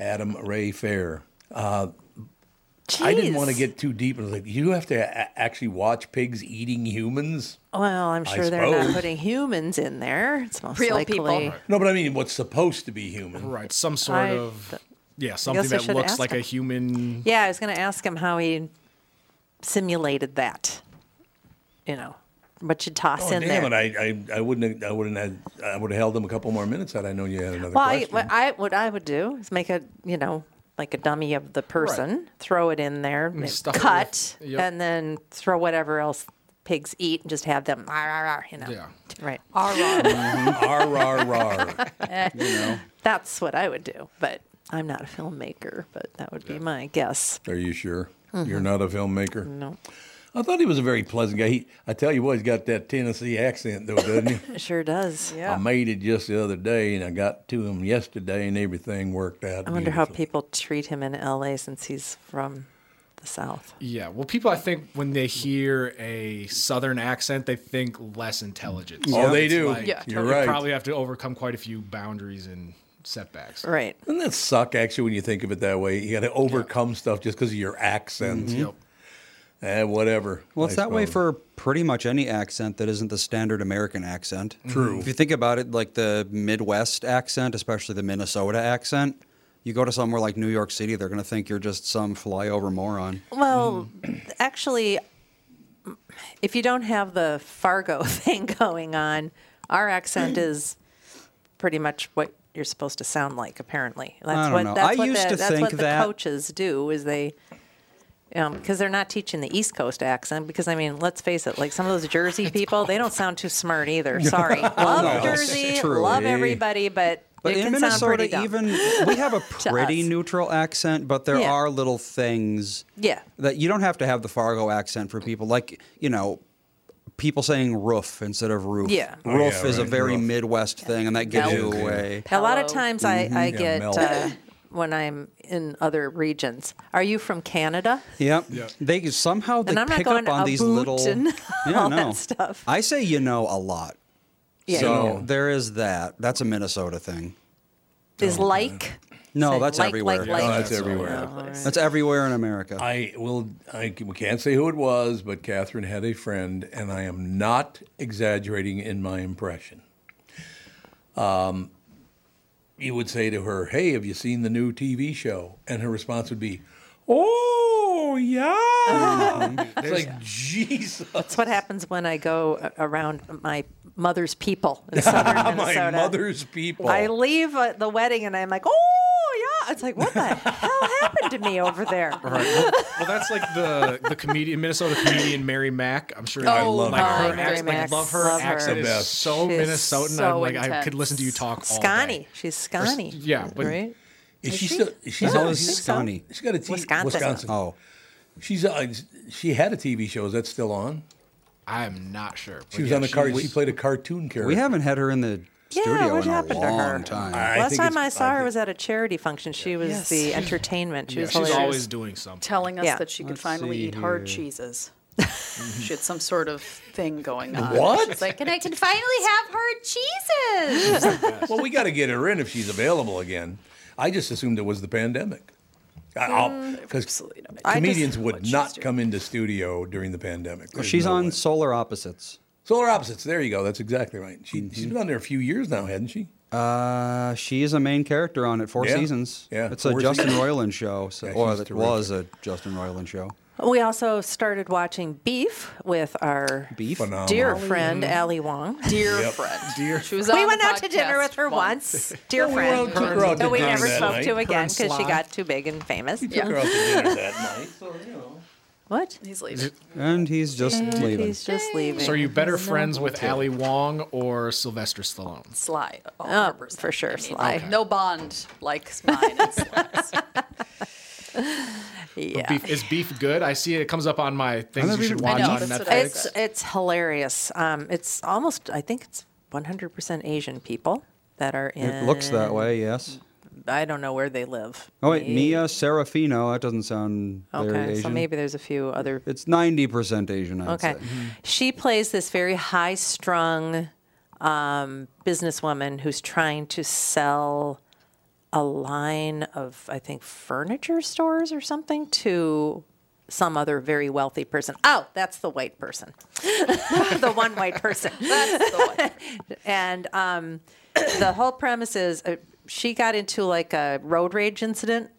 Speaker 1: Adam Ray Fair. Uh, I didn't want to
Speaker 3: Jeez.
Speaker 1: get too deep. I was like, you have to a- actually watch pigs eating humans.
Speaker 3: Well, I'm
Speaker 1: I
Speaker 3: sure they're not
Speaker 1: suppose.
Speaker 3: putting humans in there. It's most
Speaker 2: Real
Speaker 3: likely.
Speaker 2: people.
Speaker 1: No, but I mean, what's supposed to be human?
Speaker 4: Right, some sort
Speaker 3: I-
Speaker 4: of yeah,
Speaker 3: I
Speaker 4: something that
Speaker 3: should
Speaker 4: looks
Speaker 3: ask
Speaker 4: like a
Speaker 3: him.
Speaker 4: human.
Speaker 3: Yeah, I was going to ask him how he simulated that. You know, what you toss
Speaker 1: Oh,
Speaker 3: in
Speaker 1: damn
Speaker 3: there.
Speaker 1: it! I, I, I wouldn't have, I wouldn't have I would have held them a couple more minutes had I known you had another
Speaker 3: Well, I,
Speaker 1: question.
Speaker 3: what I what I would do is make a you know like a dummy of the person, throw it in there, and
Speaker 4: stuff it
Speaker 3: cut,
Speaker 4: with- yep.
Speaker 3: and then throw whatever else pigs eat, and just have them. "Arr, arr, arr," you know,
Speaker 4: Yeah.
Speaker 3: right.
Speaker 1: R rar rar.
Speaker 3: *laughs* That's what I would do, but I'm not a filmmaker, but that would be my guess.
Speaker 1: Are you sure you're
Speaker 3: Mm-hmm.
Speaker 1: not a filmmaker?
Speaker 3: No,
Speaker 1: I thought he was a very pleasant guy. He, I tell you what, he's got that Tennessee accent though, doesn't
Speaker 3: *laughs*
Speaker 1: he?
Speaker 3: it sure does.
Speaker 1: I made it just the other day, and I got to him yesterday, and everything worked out.
Speaker 3: I wonder how
Speaker 1: beautifully.
Speaker 3: people treat him in L.A. since he's from the South.
Speaker 4: Yeah, well, people I think when they hear a southern accent, they think less intelligent.
Speaker 1: Oh, they
Speaker 4: It's
Speaker 1: do.
Speaker 4: like,
Speaker 1: Yeah. You're
Speaker 4: you
Speaker 1: right.
Speaker 4: Probably have to overcome quite a few boundaries and setbacks.
Speaker 3: Right.
Speaker 1: Doesn't that suck actually when you think of it that way? You got to overcome stuff just because of your accent.
Speaker 4: Yep.
Speaker 1: Eh, whatever.
Speaker 5: Well, it's
Speaker 1: I
Speaker 5: that way
Speaker 1: suppose.
Speaker 5: for pretty much any accent that isn't the standard American accent.
Speaker 1: True.
Speaker 5: If you think about it, like the Midwest accent, especially the Minnesota accent, you go to somewhere like New York City, they're going to think you're just some flyover moron.
Speaker 3: Well,
Speaker 5: Mm.
Speaker 3: actually, if you don't have the Fargo *laughs* thing going on,
Speaker 5: *clears throat*
Speaker 3: our accent is pretty much what you're supposed to sound like. Apparently, that's
Speaker 5: don't
Speaker 3: what
Speaker 5: know.
Speaker 3: that's
Speaker 5: I
Speaker 3: what
Speaker 5: used
Speaker 3: the,
Speaker 5: to
Speaker 3: that's
Speaker 5: think
Speaker 3: what the
Speaker 5: that-
Speaker 3: coaches do is they. Because they're not teaching the East Coast accent. Because I mean, let's face it, like some of those Jersey people, they don't sound too
Speaker 5: *laughs*
Speaker 3: smart either. Sorry, love
Speaker 5: no, it's
Speaker 3: Jersey,
Speaker 5: true. eh?
Speaker 3: love everybody, but,
Speaker 5: But
Speaker 3: it
Speaker 5: in
Speaker 3: can sound pretty
Speaker 5: Minnesota,
Speaker 3: dumb.
Speaker 5: even we
Speaker 3: *laughs*
Speaker 5: have a pretty
Speaker 3: us.
Speaker 5: neutral accent, but there
Speaker 3: Yeah.
Speaker 5: are little things
Speaker 3: Yeah.
Speaker 5: that you don't have to have the Fargo accent for people. Like, you know, people saying roof instead of roof.
Speaker 3: Yeah.
Speaker 1: Oh,
Speaker 5: Roof
Speaker 1: yeah,
Speaker 5: is a
Speaker 1: right,
Speaker 5: very
Speaker 1: roof.
Speaker 5: Midwest thing, and that gives
Speaker 1: It
Speaker 5: you
Speaker 1: is, yeah.
Speaker 5: away.
Speaker 3: A lot of
Speaker 2: Hello.
Speaker 3: times I, I get
Speaker 1: melt.
Speaker 3: uh, when I'm in other regions. Are you from Canada?
Speaker 5: Yep. They somehow they
Speaker 3: I'm not
Speaker 5: pick
Speaker 3: going
Speaker 5: up on
Speaker 3: a
Speaker 5: these
Speaker 3: boot
Speaker 5: little
Speaker 3: and *laughs* all that
Speaker 5: no.
Speaker 3: stuff.
Speaker 5: I say you know a lot.
Speaker 3: Yeah.
Speaker 1: So-
Speaker 5: So there is that. That's a Minnesota thing.
Speaker 3: is like
Speaker 5: No,
Speaker 3: Say
Speaker 5: that's
Speaker 3: like,
Speaker 5: everywhere.
Speaker 3: like, like.
Speaker 1: Oh, that's everywhere.
Speaker 5: That's everywhere in America.
Speaker 1: I will. I we can't say who it was, but Catherine had a friend, and I am not exaggerating in my impression. Um, you would say to her, "Hey, have you seen the new TV show?" And her response would be, "Oh
Speaker 3: *laughs*
Speaker 1: yeah." it's like Jesus.
Speaker 3: That's what happens when I go a- around my mother's people
Speaker 1: *laughs*
Speaker 3: in southern
Speaker 1: My
Speaker 3: Minnesota.
Speaker 1: mother's people.
Speaker 3: I leave uh, the wedding and I'm like, oh yeah. It's like, what
Speaker 1: *laughs*
Speaker 3: the hell happened to me over there?
Speaker 4: Right. Well, well, that's like the the comedian Minnesota comedian Mary Mack. I'm sure you
Speaker 1: I
Speaker 4: know,
Speaker 1: love
Speaker 4: like,
Speaker 1: her.
Speaker 4: her.
Speaker 1: Oh,
Speaker 3: Mary
Speaker 4: accent, like,
Speaker 3: Mack,
Speaker 4: love her
Speaker 3: love her.
Speaker 4: accent
Speaker 1: The
Speaker 4: is
Speaker 1: best.
Speaker 4: so
Speaker 3: She is
Speaker 4: Minnesotan.
Speaker 2: so
Speaker 4: I'm like I
Speaker 2: intense.
Speaker 4: could listen to you talk all
Speaker 3: Scotty.
Speaker 4: day.
Speaker 3: She's Scotty.
Speaker 4: yeah, but-
Speaker 3: right.
Speaker 1: Is she still? She's
Speaker 5: No,
Speaker 1: on-
Speaker 5: it's
Speaker 1: she's-
Speaker 5: Scotty.
Speaker 1: She's got a TV.
Speaker 3: Wisconsin.
Speaker 1: Wisconsin.
Speaker 5: oh.
Speaker 1: She's uh, she had a TV show. Is that still on?
Speaker 4: I'm not sure. but
Speaker 1: She was
Speaker 4: yeah,
Speaker 1: on a card.
Speaker 4: was-
Speaker 1: She played a cartoon character.
Speaker 5: We haven't had her in the
Speaker 3: Yeah,
Speaker 5: studio
Speaker 3: what
Speaker 5: in a
Speaker 3: happened to her?
Speaker 5: long time.
Speaker 1: I
Speaker 3: Last
Speaker 1: think
Speaker 3: time
Speaker 1: it's-
Speaker 3: I saw her
Speaker 1: think-
Speaker 3: was at a charity function. She was the entertainment. She
Speaker 4: yeah,
Speaker 3: was
Speaker 4: she's
Speaker 3: hilarious.
Speaker 4: always doing something.
Speaker 2: Telling us
Speaker 3: Yeah.
Speaker 2: that she could
Speaker 5: Let's
Speaker 2: finally
Speaker 5: see
Speaker 2: eat hard
Speaker 5: here.
Speaker 1: *laughs*
Speaker 2: cheeses. she had some sort of thing going on.
Speaker 1: What?
Speaker 2: She's like, and I can finally have hard cheeses. *laughs*
Speaker 1: well, we got to get her in if she's available again. I just assumed it was the pandemic. Because
Speaker 2: Absolutely not.
Speaker 3: Mm, I just-
Speaker 1: comedians
Speaker 2: what
Speaker 1: would
Speaker 2: she's
Speaker 1: not
Speaker 2: doing.
Speaker 1: come into studio during the pandemic. There's
Speaker 5: She's
Speaker 1: no
Speaker 5: on
Speaker 1: way.
Speaker 5: Solar Opposites.
Speaker 1: Solar Opposites. There you go. That's exactly right. She,
Speaker 3: Mm.
Speaker 1: She's been on there a few years now, hadn't she?
Speaker 5: Uh, she is a main character on it. Four
Speaker 1: Yeah.
Speaker 5: seasons.
Speaker 1: Yeah,
Speaker 5: It's
Speaker 1: four
Speaker 5: a Justin
Speaker 1: seasons.
Speaker 5: Roiland show. So,
Speaker 1: Yeah,
Speaker 5: or
Speaker 1: she's
Speaker 5: it was a Justin Roiland show.
Speaker 3: *laughs* We also started watching Beef with our
Speaker 5: Beef.
Speaker 1: Phenomenal.
Speaker 3: dear friend Ali Wong. *laughs*
Speaker 1: *laughs*
Speaker 2: Dear
Speaker 1: Yep.
Speaker 2: friend. She was on
Speaker 3: We
Speaker 2: the
Speaker 3: went out to dinner
Speaker 2: podcast
Speaker 3: with
Speaker 2: *laughs*
Speaker 3: her once. Dear
Speaker 1: Well, we
Speaker 3: friend,
Speaker 1: all took her out to
Speaker 3: that we
Speaker 1: dinner
Speaker 3: never
Speaker 1: that
Speaker 3: spoke
Speaker 1: night.
Speaker 3: to again
Speaker 4: Prince
Speaker 3: because she
Speaker 4: Law.
Speaker 3: got too big and famous.
Speaker 1: Took her out to dinner
Speaker 3: *laughs*
Speaker 1: that night. So, you know.
Speaker 3: What?
Speaker 2: He's leaving.
Speaker 5: And he's just leaving.
Speaker 3: He's just leaving.
Speaker 4: So are you better friends with Ali Wong or Sylvester Stallone?
Speaker 2: Sly. Oh,
Speaker 3: Oh,
Speaker 2: 100%.
Speaker 3: for sure,
Speaker 2: I mean,
Speaker 3: Sly. Okay.
Speaker 2: No bond like mine and Sly's.
Speaker 3: *laughs* Yeah.
Speaker 4: Beef, is beef good? I see it comes up on my things
Speaker 5: never
Speaker 4: you should
Speaker 5: even-
Speaker 4: watch
Speaker 2: I know,
Speaker 4: on
Speaker 2: that's what
Speaker 4: Netflix.
Speaker 2: I
Speaker 3: It's it's hilarious. Um, it's almost I think it's 100% Asian people that are in.
Speaker 5: It looks that way, yes.
Speaker 3: I don't know where they live.
Speaker 5: Oh wait, Mia Serafino. That doesn't sound very
Speaker 3: Okay,
Speaker 5: Asian.
Speaker 3: so maybe there's a few other
Speaker 5: it's ninety percent Asian. Mm-hmm. I'd
Speaker 3: Okay.
Speaker 5: say.
Speaker 3: She plays this very high strung um, businesswoman who's trying to sell a line of, I think, furniture stores or something to some other very wealthy person. Oh, that's the white person, *laughs* the one white person. *laughs* and um, the whole premise is uh, she got into like a road rage incident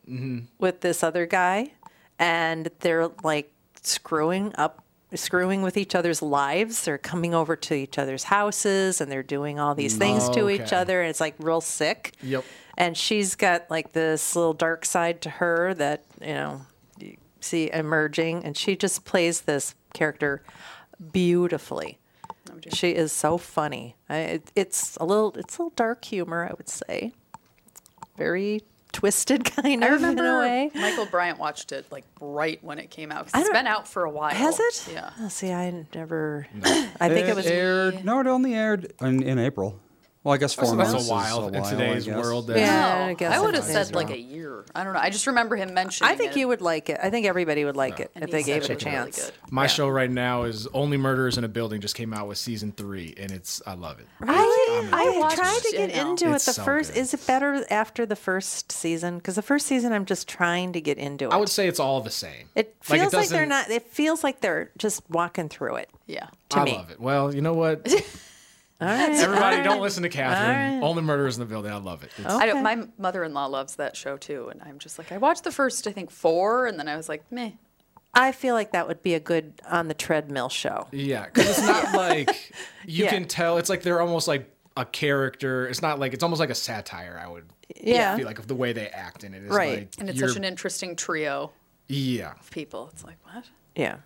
Speaker 3: with this other guy, and they're like screwing up. Screwing with each other's lives, they're coming over to each other's houses and they're doing all these things to each
Speaker 4: Okay.
Speaker 3: other, and it's like real sick.
Speaker 4: Yep.
Speaker 3: And she's got like this little dark side to her that, you know, you see emerging. And she just plays this character beautifully.
Speaker 2: Oh,
Speaker 3: She is so funny. I, it, it's a little, it's a little dark humor, I would say. Very twisted *laughs* kind
Speaker 2: I
Speaker 3: of
Speaker 2: remember
Speaker 3: in a *laughs* way.
Speaker 2: Michael Bryant watched it like right when it came out. 'cause
Speaker 3: I
Speaker 2: It's
Speaker 3: don't-
Speaker 2: been out for a while.
Speaker 3: Has it?
Speaker 2: Yeah.
Speaker 3: Oh, see, I never. I think it was.
Speaker 4: aired.
Speaker 5: No, it only aired in, in April. Well, I guess four
Speaker 4: So
Speaker 5: months.
Speaker 4: that's a
Speaker 5: is
Speaker 4: while in
Speaker 5: I
Speaker 4: today's
Speaker 5: guess.
Speaker 4: world.
Speaker 3: Yeah.
Speaker 4: That,
Speaker 3: I
Speaker 2: Oh,
Speaker 3: guess
Speaker 2: I
Speaker 3: it
Speaker 2: would have
Speaker 3: was.
Speaker 2: said like a year. I don't know. I just remember him mentioning.
Speaker 3: I think
Speaker 2: it.
Speaker 3: you would like it. I think everybody would like it
Speaker 2: and
Speaker 3: if
Speaker 2: he
Speaker 3: they
Speaker 2: said
Speaker 3: gave it a
Speaker 2: was really
Speaker 3: chance.
Speaker 2: good.
Speaker 4: My show right now is Only Murderers in a Building. Just came out with season three, and it's I love it.
Speaker 3: I,
Speaker 2: I
Speaker 3: I
Speaker 2: watched
Speaker 3: tried to
Speaker 2: it
Speaker 3: get
Speaker 2: now.
Speaker 3: into it
Speaker 4: It's
Speaker 3: the
Speaker 4: so
Speaker 3: first.
Speaker 4: good.
Speaker 3: Is it better after the first season? Because the first season, I'm just trying to get into it.
Speaker 4: I would say it's all the same.
Speaker 3: it
Speaker 4: Like,
Speaker 3: feels like, they're
Speaker 4: doesn't-
Speaker 3: not. It feels like they're just walking through it.
Speaker 2: Yeah.
Speaker 3: to
Speaker 4: I
Speaker 3: me.
Speaker 4: love it. Well, you know what?
Speaker 3: *laughs* All right.
Speaker 4: Everybody, don't listen to Catherine.
Speaker 3: All right. Oh.
Speaker 4: Only Murderers in the Building. I love it. It's-
Speaker 2: I don't, my mother-in-law loves that show too, and I'm just like, I watched the first, I think four, and then I was like, meh.
Speaker 3: I feel like that would be a good on the treadmill show.
Speaker 4: Yeah, because it's
Speaker 3: *laughs*
Speaker 4: not like you
Speaker 3: Yeah.
Speaker 4: can tell. It's like they're almost like a character. It's not like it's almost like a satire. I would
Speaker 3: Yeah.
Speaker 4: feel like of the way they act in it. It's
Speaker 3: Right.
Speaker 4: like
Speaker 2: And it's
Speaker 4: you're-
Speaker 2: such an interesting trio
Speaker 4: yeah.
Speaker 2: of people. It's like, what?
Speaker 3: Yeah.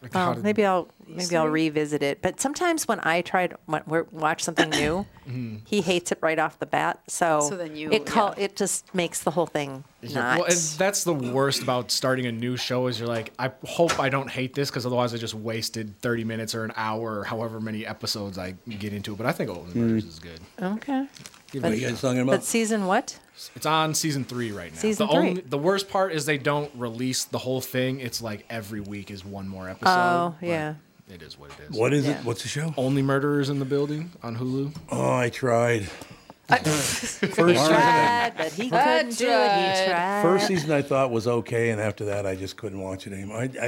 Speaker 4: Like how
Speaker 3: Well,
Speaker 4: did-
Speaker 3: maybe I'll maybe I'll revisit it. But sometimes when I try to wa- wa- watch something new,
Speaker 4: Mm-hmm.
Speaker 3: he hates it right off the bat. So,
Speaker 2: So then you-
Speaker 3: it call
Speaker 2: yeah.
Speaker 3: it just makes the whole thing
Speaker 4: Yeah,
Speaker 3: not.
Speaker 4: Well, and that's the worst about starting a new show is you're like, I hope I don't hate this because otherwise I just wasted 30 minutes or an hour or however many episodes I get into. But I think Olden Murders is good.
Speaker 3: okay.
Speaker 1: What are you guys talking about?
Speaker 3: But season what?
Speaker 4: It's on season three right now.
Speaker 3: Season
Speaker 4: the
Speaker 3: three.
Speaker 4: the worst part is they don't release the whole thing. It's like every week is one more episode.
Speaker 3: Oh,
Speaker 4: but
Speaker 3: yeah.
Speaker 4: It is what it is.
Speaker 1: what is
Speaker 3: Yeah.
Speaker 1: it? What's the show?
Speaker 4: Only Murderers in the Building on Hulu.
Speaker 1: Oh, I tried. *laughs*
Speaker 3: He tried, but he couldn't do it. He tried.
Speaker 1: First season I thought was okay, and after that I just couldn't watch it anymore. I, I,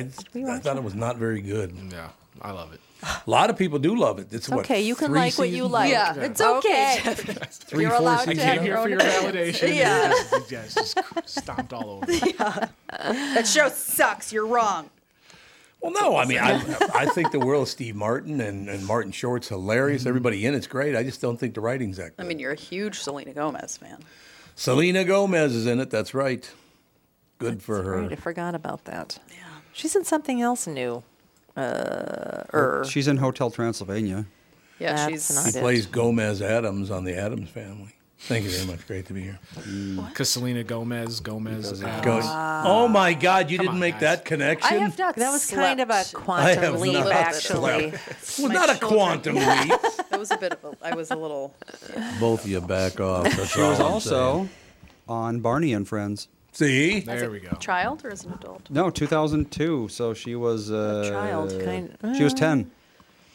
Speaker 1: I thought it was not very good.
Speaker 4: Yeah, I love it.
Speaker 1: A lot of people do love it. It's what
Speaker 3: okay, you can
Speaker 4: three
Speaker 3: like what you
Speaker 4: seasons?
Speaker 3: like.
Speaker 2: Yeah, it's okay.
Speaker 3: okay.
Speaker 1: three,
Speaker 3: you're
Speaker 1: four
Speaker 3: allowed to
Speaker 1: seasons.
Speaker 3: have
Speaker 4: Came here for your validation. Yeah. You guys just stomped all
Speaker 2: *laughs*
Speaker 4: over.
Speaker 2: That show sucks. You're wrong.
Speaker 1: Well, no, Oh, I mean, I, I think the world of Steve Martin and, and Martin Short's hilarious.
Speaker 3: Mm-hmm.
Speaker 1: Everybody in it's great. I just don't think the writing's that
Speaker 2: I
Speaker 1: good.
Speaker 2: mean, you're a huge Selena Gomez fan.
Speaker 1: Selena Gomez is in it. That's right. Good for her.
Speaker 3: I forgot about that. Yeah. She's in something else new. Uh, er.
Speaker 5: She's in Hotel Transylvania.
Speaker 2: Yeah,
Speaker 3: That's
Speaker 2: she's
Speaker 3: not
Speaker 1: He
Speaker 3: it.
Speaker 1: plays Gomez Adams on the Adams Family. Thank you very much. Great to be here.
Speaker 4: Because Selena Gomez, Gomez. is out.
Speaker 1: Go-
Speaker 3: Ah.
Speaker 1: oh my God, you didn't
Speaker 4: on,
Speaker 1: make
Speaker 4: guys.
Speaker 1: that connection.
Speaker 2: I have not
Speaker 3: that was kind of a
Speaker 2: slept.
Speaker 1: I have
Speaker 3: quantum leap,
Speaker 1: not
Speaker 3: actually.
Speaker 1: well,
Speaker 2: my
Speaker 1: not a
Speaker 2: children.
Speaker 1: quantum leap.
Speaker 2: *laughs* That was a bit of a. I was a little.
Speaker 1: Both of you back off. That's all
Speaker 5: She was
Speaker 1: I'm
Speaker 5: also on Barney and Friends.
Speaker 1: saying. see.
Speaker 4: There we go.
Speaker 2: Child or as an
Speaker 5: *laughs*
Speaker 2: adult?
Speaker 5: No, 2002. So she was uh,
Speaker 3: child, kind-
Speaker 5: She was 10.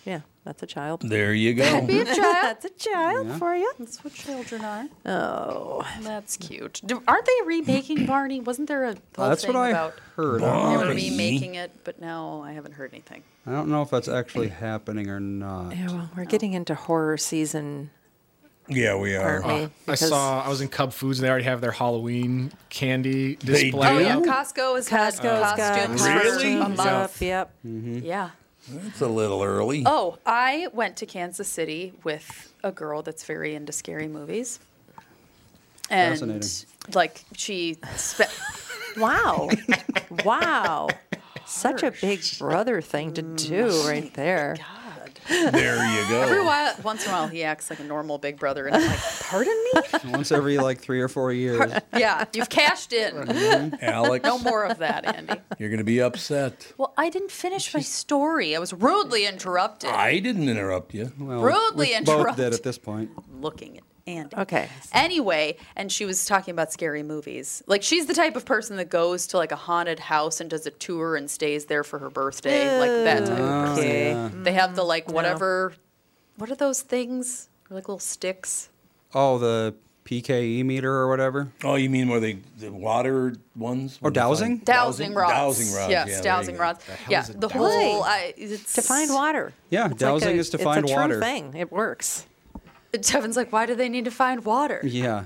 Speaker 3: Yeah, that's a child.
Speaker 1: There you go.
Speaker 2: Be a child.
Speaker 3: That's a child
Speaker 5: Yeah.
Speaker 3: for you.
Speaker 2: That's what children are.
Speaker 3: *laughs* Oh,
Speaker 2: That's cute. Do- Aren't they remaking Barney? Wasn't there a whole
Speaker 5: Oh, That's
Speaker 2: thing
Speaker 5: what I
Speaker 2: about
Speaker 5: heard.
Speaker 2: they were
Speaker 1: Barney.
Speaker 2: remaking it? But now I haven't heard anything.
Speaker 5: I don't know if that's actually happening or not.
Speaker 3: yeah. Well, we're getting into horror season,
Speaker 1: Yeah, we
Speaker 3: aren't
Speaker 1: are.
Speaker 3: we?
Speaker 4: Ah, I
Speaker 3: Because
Speaker 4: saw. I was in Cub Foods, and they already have their Halloween candy
Speaker 1: They
Speaker 4: display.
Speaker 2: Oh yeah,
Speaker 1: do?
Speaker 2: Costco has had
Speaker 3: Costco's got
Speaker 2: costumes
Speaker 1: Really?
Speaker 2: for a
Speaker 3: costumes
Speaker 2: month.
Speaker 3: up. Yep.
Speaker 1: Mm-hmm.
Speaker 2: Yeah.
Speaker 1: It's a little early.
Speaker 2: Oh, I went to Kansas City with a girl that's very into scary movies. And
Speaker 5: Fascinating.
Speaker 2: like she spe- *laughs*
Speaker 3: Wow. wow. Such a big brother thing to do
Speaker 2: Mm.
Speaker 3: right there.
Speaker 1: There you *laughs* go.
Speaker 2: every while once in a while he acts like a normal big brother and I'm like, "Pardon me?"
Speaker 5: *laughs* Once every like three or four years.
Speaker 2: *laughs* Yeah, you've cashed in.
Speaker 1: Mm-hmm. Alex,
Speaker 2: No more of that, Andy.
Speaker 1: you're going to be upset.
Speaker 2: Well, I didn't finish my story. I was rudely interrupted.
Speaker 1: I didn't interrupt you.
Speaker 5: Well,
Speaker 2: Rudely
Speaker 5: we both
Speaker 2: interrupted.
Speaker 5: did at this point.
Speaker 2: looking at Andy.
Speaker 3: Okay.
Speaker 2: Anyway, and she was talking about scary movies. Like she's the type of person that goes to like a haunted house and does a tour and stays there for her birthday. Like that type of person.
Speaker 3: Okay.
Speaker 2: They have the like whatever what are those things? They're Like little sticks.
Speaker 5: Oh, the PKE meter or whatever.
Speaker 1: Oh, you mean where they the water ones?
Speaker 5: Or
Speaker 1: When you
Speaker 5: dowsing?
Speaker 1: find-
Speaker 2: Dowsing rods.
Speaker 1: Dowsing rods.
Speaker 2: Yes,
Speaker 1: yeah, there
Speaker 2: dowsing
Speaker 1: you go.
Speaker 2: rods.
Speaker 4: hell
Speaker 2: Yeah,
Speaker 4: is a
Speaker 2: the
Speaker 4: dowsing?
Speaker 2: whole. I, it's
Speaker 3: To find water.
Speaker 5: Yeah,
Speaker 3: It's
Speaker 5: dowsing is to find
Speaker 3: it's a
Speaker 5: water.
Speaker 3: True thing. It works.
Speaker 2: Devin's like, why do they need to find water?
Speaker 5: Yeah.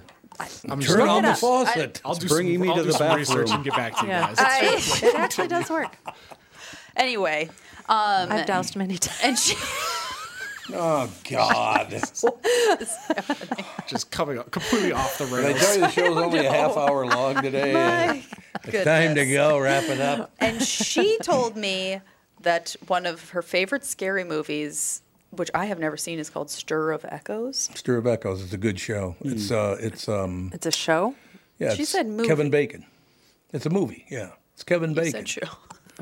Speaker 4: I'm just
Speaker 1: Turn
Speaker 4: gonna-
Speaker 1: on the
Speaker 3: up.
Speaker 1: faucet.
Speaker 4: I'll do
Speaker 5: Bringing
Speaker 4: some,
Speaker 5: me
Speaker 4: I'll
Speaker 5: to
Speaker 4: do
Speaker 5: the
Speaker 4: some research
Speaker 5: bathroom.
Speaker 4: and get back to you
Speaker 3: Yeah.
Speaker 4: guys.
Speaker 2: I-
Speaker 3: *laughs* It actually does work.
Speaker 2: anyway,
Speaker 3: I've doused many times.
Speaker 2: Um, and she.
Speaker 1: Oh
Speaker 3: *laughs*
Speaker 1: God! Did
Speaker 4: just coming up, completely off the
Speaker 1: I tell
Speaker 4: rails.
Speaker 1: you the show's only a half hour long
Speaker 2: *laughs*
Speaker 1: today? it's time to go. Wrap it up.
Speaker 2: and she told me that one of her favorite scary movies, which I have never seen, is called Stir of Echoes.
Speaker 1: Stir of Echoes. It's a good show. It's uh, it's um,
Speaker 3: It's a show.
Speaker 1: yeah.
Speaker 2: She
Speaker 1: it's
Speaker 2: said movie.
Speaker 1: Kevin Bacon. It's a movie. Yeah, it's Kevin
Speaker 2: You
Speaker 1: Bacon.
Speaker 2: said show.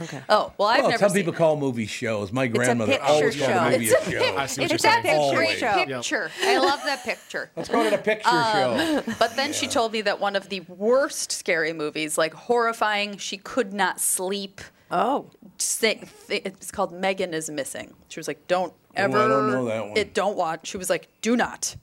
Speaker 3: Okay.
Speaker 2: Oh well, I've
Speaker 1: well,
Speaker 2: never
Speaker 1: some
Speaker 2: seen.
Speaker 1: people call movies shows. My grandmother
Speaker 3: picture
Speaker 1: always called
Speaker 3: show.
Speaker 1: a movie
Speaker 2: It's
Speaker 1: a show.
Speaker 4: I see what you're
Speaker 2: it's
Speaker 4: saying.
Speaker 2: that
Speaker 1: saying.
Speaker 2: picture.
Speaker 1: Always.
Speaker 2: Picture. I love that picture. Um,
Speaker 1: Let's call it a picture show.
Speaker 2: But then she told me that one of the worst scary movies, like horrifying, she could not sleep.
Speaker 3: Oh,
Speaker 2: Say, th- it's called Megan is missing. She was like, "Don't ever."
Speaker 1: Oh, I don't know that one.
Speaker 2: It don't watch. She was like, "Do not."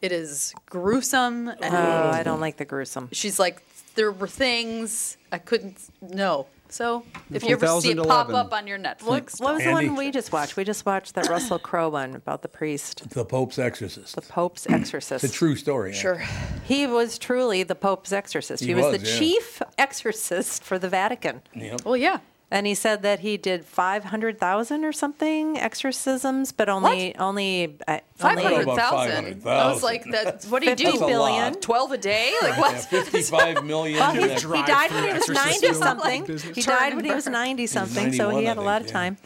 Speaker 2: It is gruesome, and
Speaker 3: *laughs* oh, I don't like the gruesome.
Speaker 2: she's like, "There were things I couldn't know." So if you ever see it pop
Speaker 5: 2011.
Speaker 2: up on your Netflix,
Speaker 3: What was
Speaker 1: Andy.
Speaker 3: the one we just watched? We just watched that Russell Crowe one about the priest,
Speaker 1: The Pope's Exorcist.
Speaker 3: the Pope's exorcist.
Speaker 1: It's a true story.
Speaker 2: sure.
Speaker 3: He was truly the Pope's exorcist. He,
Speaker 1: He
Speaker 3: was,
Speaker 1: was,
Speaker 3: the
Speaker 1: yeah.
Speaker 3: chief exorcist for the Vatican.
Speaker 1: Yep.
Speaker 2: Well, yeah.
Speaker 3: And he said that he did 500,000 or something exorcisms, but only only uh,
Speaker 2: Five
Speaker 3: only
Speaker 2: hundred thousand. I was
Speaker 1: 500,000.
Speaker 2: like, "That what do you
Speaker 1: That's a
Speaker 2: do?
Speaker 3: bill- billion.
Speaker 1: lot.
Speaker 2: Twelve a day? Like what?
Speaker 1: *laughs* Yeah, 55
Speaker 2: *laughs*
Speaker 1: million.
Speaker 3: Well,
Speaker 1: to that-
Speaker 3: he's- he
Speaker 4: drive
Speaker 3: died
Speaker 4: through
Speaker 3: when he was
Speaker 4: exorcist
Speaker 3: 90
Speaker 4: film
Speaker 3: something.
Speaker 4: business.
Speaker 3: He
Speaker 2: Turn
Speaker 3: died
Speaker 2: and
Speaker 3: when he was
Speaker 2: burn.
Speaker 3: 90 something, so
Speaker 1: 91,
Speaker 3: he had
Speaker 1: I
Speaker 3: a lot of
Speaker 1: think,
Speaker 3: time.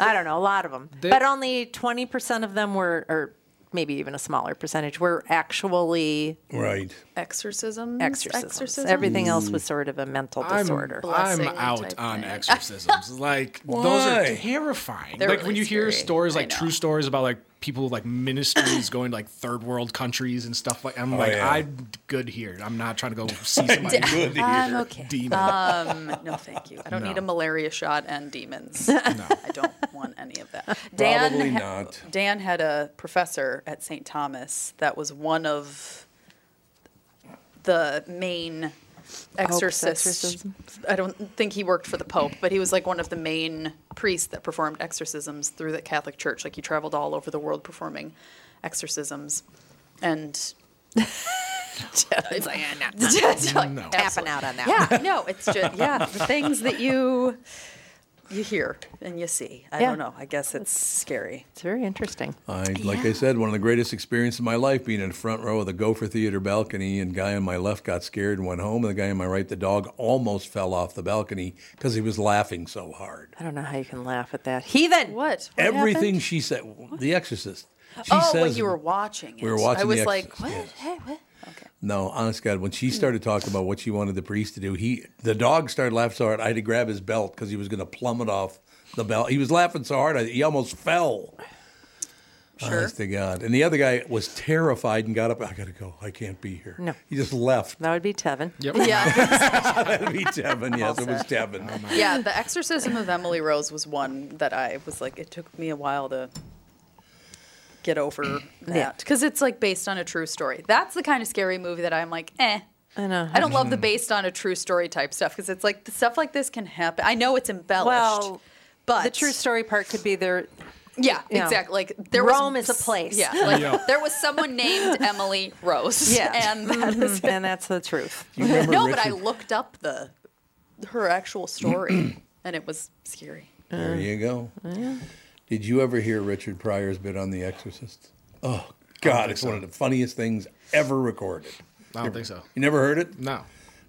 Speaker 3: *laughs* I don't know, a lot of them.
Speaker 4: They-
Speaker 3: but only 20% of them were, or maybe even a smaller percentage, were actually
Speaker 1: Right.
Speaker 2: Exorcism.
Speaker 3: exorcisms. Everything else was sort of a mental
Speaker 4: Mm. I'm,
Speaker 3: disorder.
Speaker 4: I'm
Speaker 2: Blessing
Speaker 4: out
Speaker 2: type
Speaker 4: on
Speaker 2: thing.
Speaker 4: exorcisms. Like those are
Speaker 1: Why?
Speaker 4: terrifying.
Speaker 2: They're
Speaker 4: like when
Speaker 3: *laughs*
Speaker 2: really
Speaker 4: you hear
Speaker 2: scary.
Speaker 4: stories
Speaker 2: I
Speaker 4: like
Speaker 2: know.
Speaker 4: true stories about like people like ministries *coughs* going to like third world countries and stuff like I'm like
Speaker 1: Oh, yeah.
Speaker 4: I'm good here. I'm not trying to
Speaker 1: *laughs*
Speaker 4: go see *laughs* somebody
Speaker 1: Good to
Speaker 2: I'm
Speaker 1: hear.
Speaker 2: okay.
Speaker 4: demon.
Speaker 2: Um, no, thank you. I don't need a malaria shot and demons. *laughs* I don't want any of that. Dan,
Speaker 1: Probably
Speaker 2: ha-
Speaker 1: not.
Speaker 2: Dan had a professor at St. Thomas that was one of the main exorcists.
Speaker 3: exorcism?
Speaker 2: I don't think he worked for the Pope, but he was like one of the main priests that performed exorcisms through the Catholic Church. Like he traveled all over the world performing exorcisms. And.
Speaker 4: No.
Speaker 3: Tapping out on that one.
Speaker 2: Yeah, no,
Speaker 4: *laughs*
Speaker 2: it's just yeah, the things that you you hear and you see. I
Speaker 3: Yeah.
Speaker 2: don't know. I guess it's scary.
Speaker 3: It's very interesting.
Speaker 1: I, like I said, one of the greatest experiences of my life being in the front row of the Gopher Theater balcony, and guy on my left got scared and went home, and the guy on my right, the dog, almost fell off the balcony because he was laughing so hard.
Speaker 3: I don't know how you can laugh at that. Heathen!
Speaker 2: What?
Speaker 1: Everything she said, The Exorcist. She
Speaker 2: oh,
Speaker 1: says,
Speaker 2: when you were watching it.
Speaker 1: we were watching
Speaker 2: I
Speaker 1: The
Speaker 2: was like, what?
Speaker 1: Exorcist,
Speaker 2: Hey, what? Okay.
Speaker 1: No, honest God, when she started talking about what she wanted the priest to do, he the dog started laughing so hard I had to grab his belt because he was going to plummet off the belt. He was laughing so hard I, he almost fell.
Speaker 2: Sure.
Speaker 1: Honest to God. And the other guy was terrified and got up. I got to go. I can't be here.
Speaker 3: No.
Speaker 1: He just left.
Speaker 3: That would be Tevin.
Speaker 2: Yeah,
Speaker 1: *laughs* That'd be Tevin. Yes, it was Tevin.
Speaker 2: yeah. The exorcism of Emily Rose was one that I was like, it took me a while to get *clears throat* over that because it's like based on a true story. That's the kind of scary movie that I'm like, eh.
Speaker 3: I know.
Speaker 2: I don't
Speaker 4: Hmm.
Speaker 2: love
Speaker 1: Mm-hmm.
Speaker 2: the based on a true story type stuff because it's like the stuff like this can happen. I know it's embellished,
Speaker 3: Well,
Speaker 2: but
Speaker 3: The true story part could be there.
Speaker 2: Yeah,
Speaker 3: Yeah.
Speaker 2: exactly. Like there
Speaker 3: Rome
Speaker 2: was,
Speaker 3: is a place. *laughs*
Speaker 2: Yeah, like,
Speaker 4: Yeah.
Speaker 2: there was someone named Emily Rose.
Speaker 3: Yeah.
Speaker 2: *laughs*
Speaker 3: Mm-hmm.
Speaker 2: and that is
Speaker 3: *laughs* and that's the truth.
Speaker 1: You remember
Speaker 2: no,
Speaker 1: Richard?
Speaker 2: but I looked up the her
Speaker 1: *clears throat*
Speaker 2: actual story, and it was scary.
Speaker 1: There you go. Did you ever hear Richard Pryor's bit on The Exorcist? Oh, God, it's one of the funniest things ever recorded.
Speaker 4: I don't think so.
Speaker 1: You never heard it?
Speaker 4: No.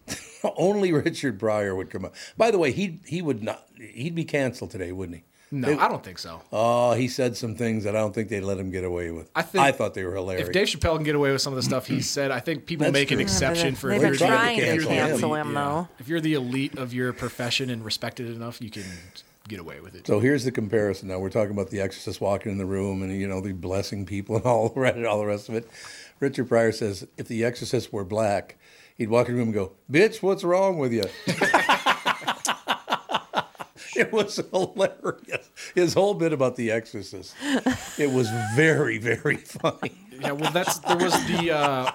Speaker 1: *laughs* Only Richard Pryor would come up. By the way, he he would not. He'd be canceled today, wouldn't he?
Speaker 4: No, I don't think so.
Speaker 1: Oh, he said some things that I don't think they'd let him get away with.
Speaker 4: I think-
Speaker 1: thought they were hilarious.
Speaker 4: If Dave Chappelle can get away with some of the stuff
Speaker 1: *clears throat*
Speaker 4: he said, I think people
Speaker 1: That's
Speaker 4: make an
Speaker 1: true.
Speaker 4: exception for
Speaker 3: They've
Speaker 4: if you're
Speaker 3: been
Speaker 4: the-
Speaker 1: trying
Speaker 4: if
Speaker 1: to
Speaker 4: you're the
Speaker 1: cancel
Speaker 4: elite,
Speaker 3: him,
Speaker 4: yeah.
Speaker 3: though.
Speaker 4: If you're the elite of your profession and respected enough, you can get away with it.
Speaker 1: so here's the comparison. Now we're talking about the Exorcist walking in the room and you know the blessing people *laughs* and all the rest, all the rest of it. Richard Pryor says if the Exorcist were black, he'd walk in the room and go, "Bitch, what's wrong with you?" *laughs* it was hilarious. His whole bit about the Exorcist. It was very very funny.
Speaker 4: Yeah, well, that's there was the uh,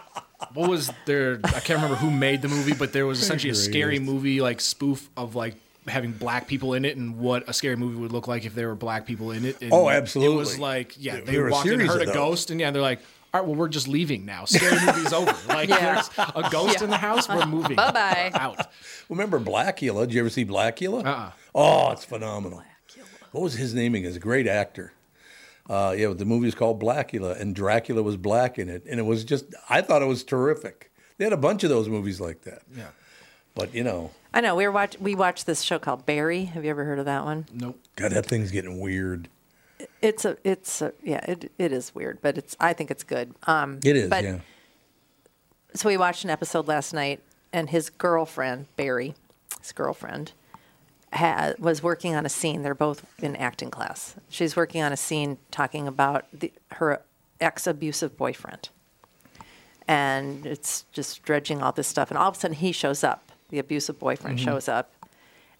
Speaker 4: what was their? I can't remember who made the movie, but there was essentially a scary movie like spoof of like having black people in it and what a scary movie would look like if there were black people in it. And
Speaker 1: Oh,
Speaker 4: It
Speaker 1: absolutely.
Speaker 4: was like yeah,
Speaker 1: There
Speaker 4: they
Speaker 1: were a
Speaker 4: walked in and
Speaker 1: series
Speaker 4: heard
Speaker 1: of
Speaker 4: a
Speaker 1: those.
Speaker 4: ghost, and yeah, they're like. All right, well, we're just leaving
Speaker 1: *laughs*
Speaker 4: now. Scary movie's over. Like,
Speaker 2: Yeah.
Speaker 4: there's a ghost in the house. We're moving. Bye
Speaker 2: Bye-bye.
Speaker 4: Out.
Speaker 1: Remember Blackula? Did you ever see Blackula?
Speaker 4: Uh-uh.
Speaker 1: Oh, it's phenomenal. What was his naming? He's a great actor. Uh, yeah, the movie was called Blackula, and Dracula was black in it, and it was just I thought it was terrific. They had a bunch of those movies like that.
Speaker 4: Yeah.
Speaker 1: But you know,
Speaker 3: I know we were watch we watched this show called Barry. Have you ever heard of that one?
Speaker 4: Nope.
Speaker 1: God, that thing's getting weird.
Speaker 3: It's a it's a yeah it it is weird, but it's I think it's good. Um,
Speaker 1: It is,
Speaker 3: But
Speaker 1: yeah.
Speaker 3: so we watched an episode last night, and his girlfriend Barry, his girlfriend, ha was working on a scene. They're both in acting class. She's working on a scene talking about the, her ex abusive boyfriend, and it's just dredging all this stuff. And all of a sudden, he shows up. The abusive boyfriend shows up,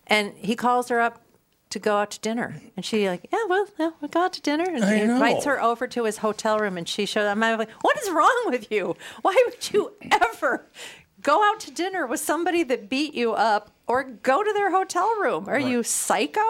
Speaker 3: and he calls her up to go out to dinner. And she like, yeah, well, yeah, we go out to dinner. And
Speaker 1: I
Speaker 3: he invites
Speaker 1: know.
Speaker 3: her over to his hotel room, and she showed up. I'm like, what is wrong with you? Why would you ever go out to dinner with somebody that beat you up, or go to their hotel room? Are you psycho?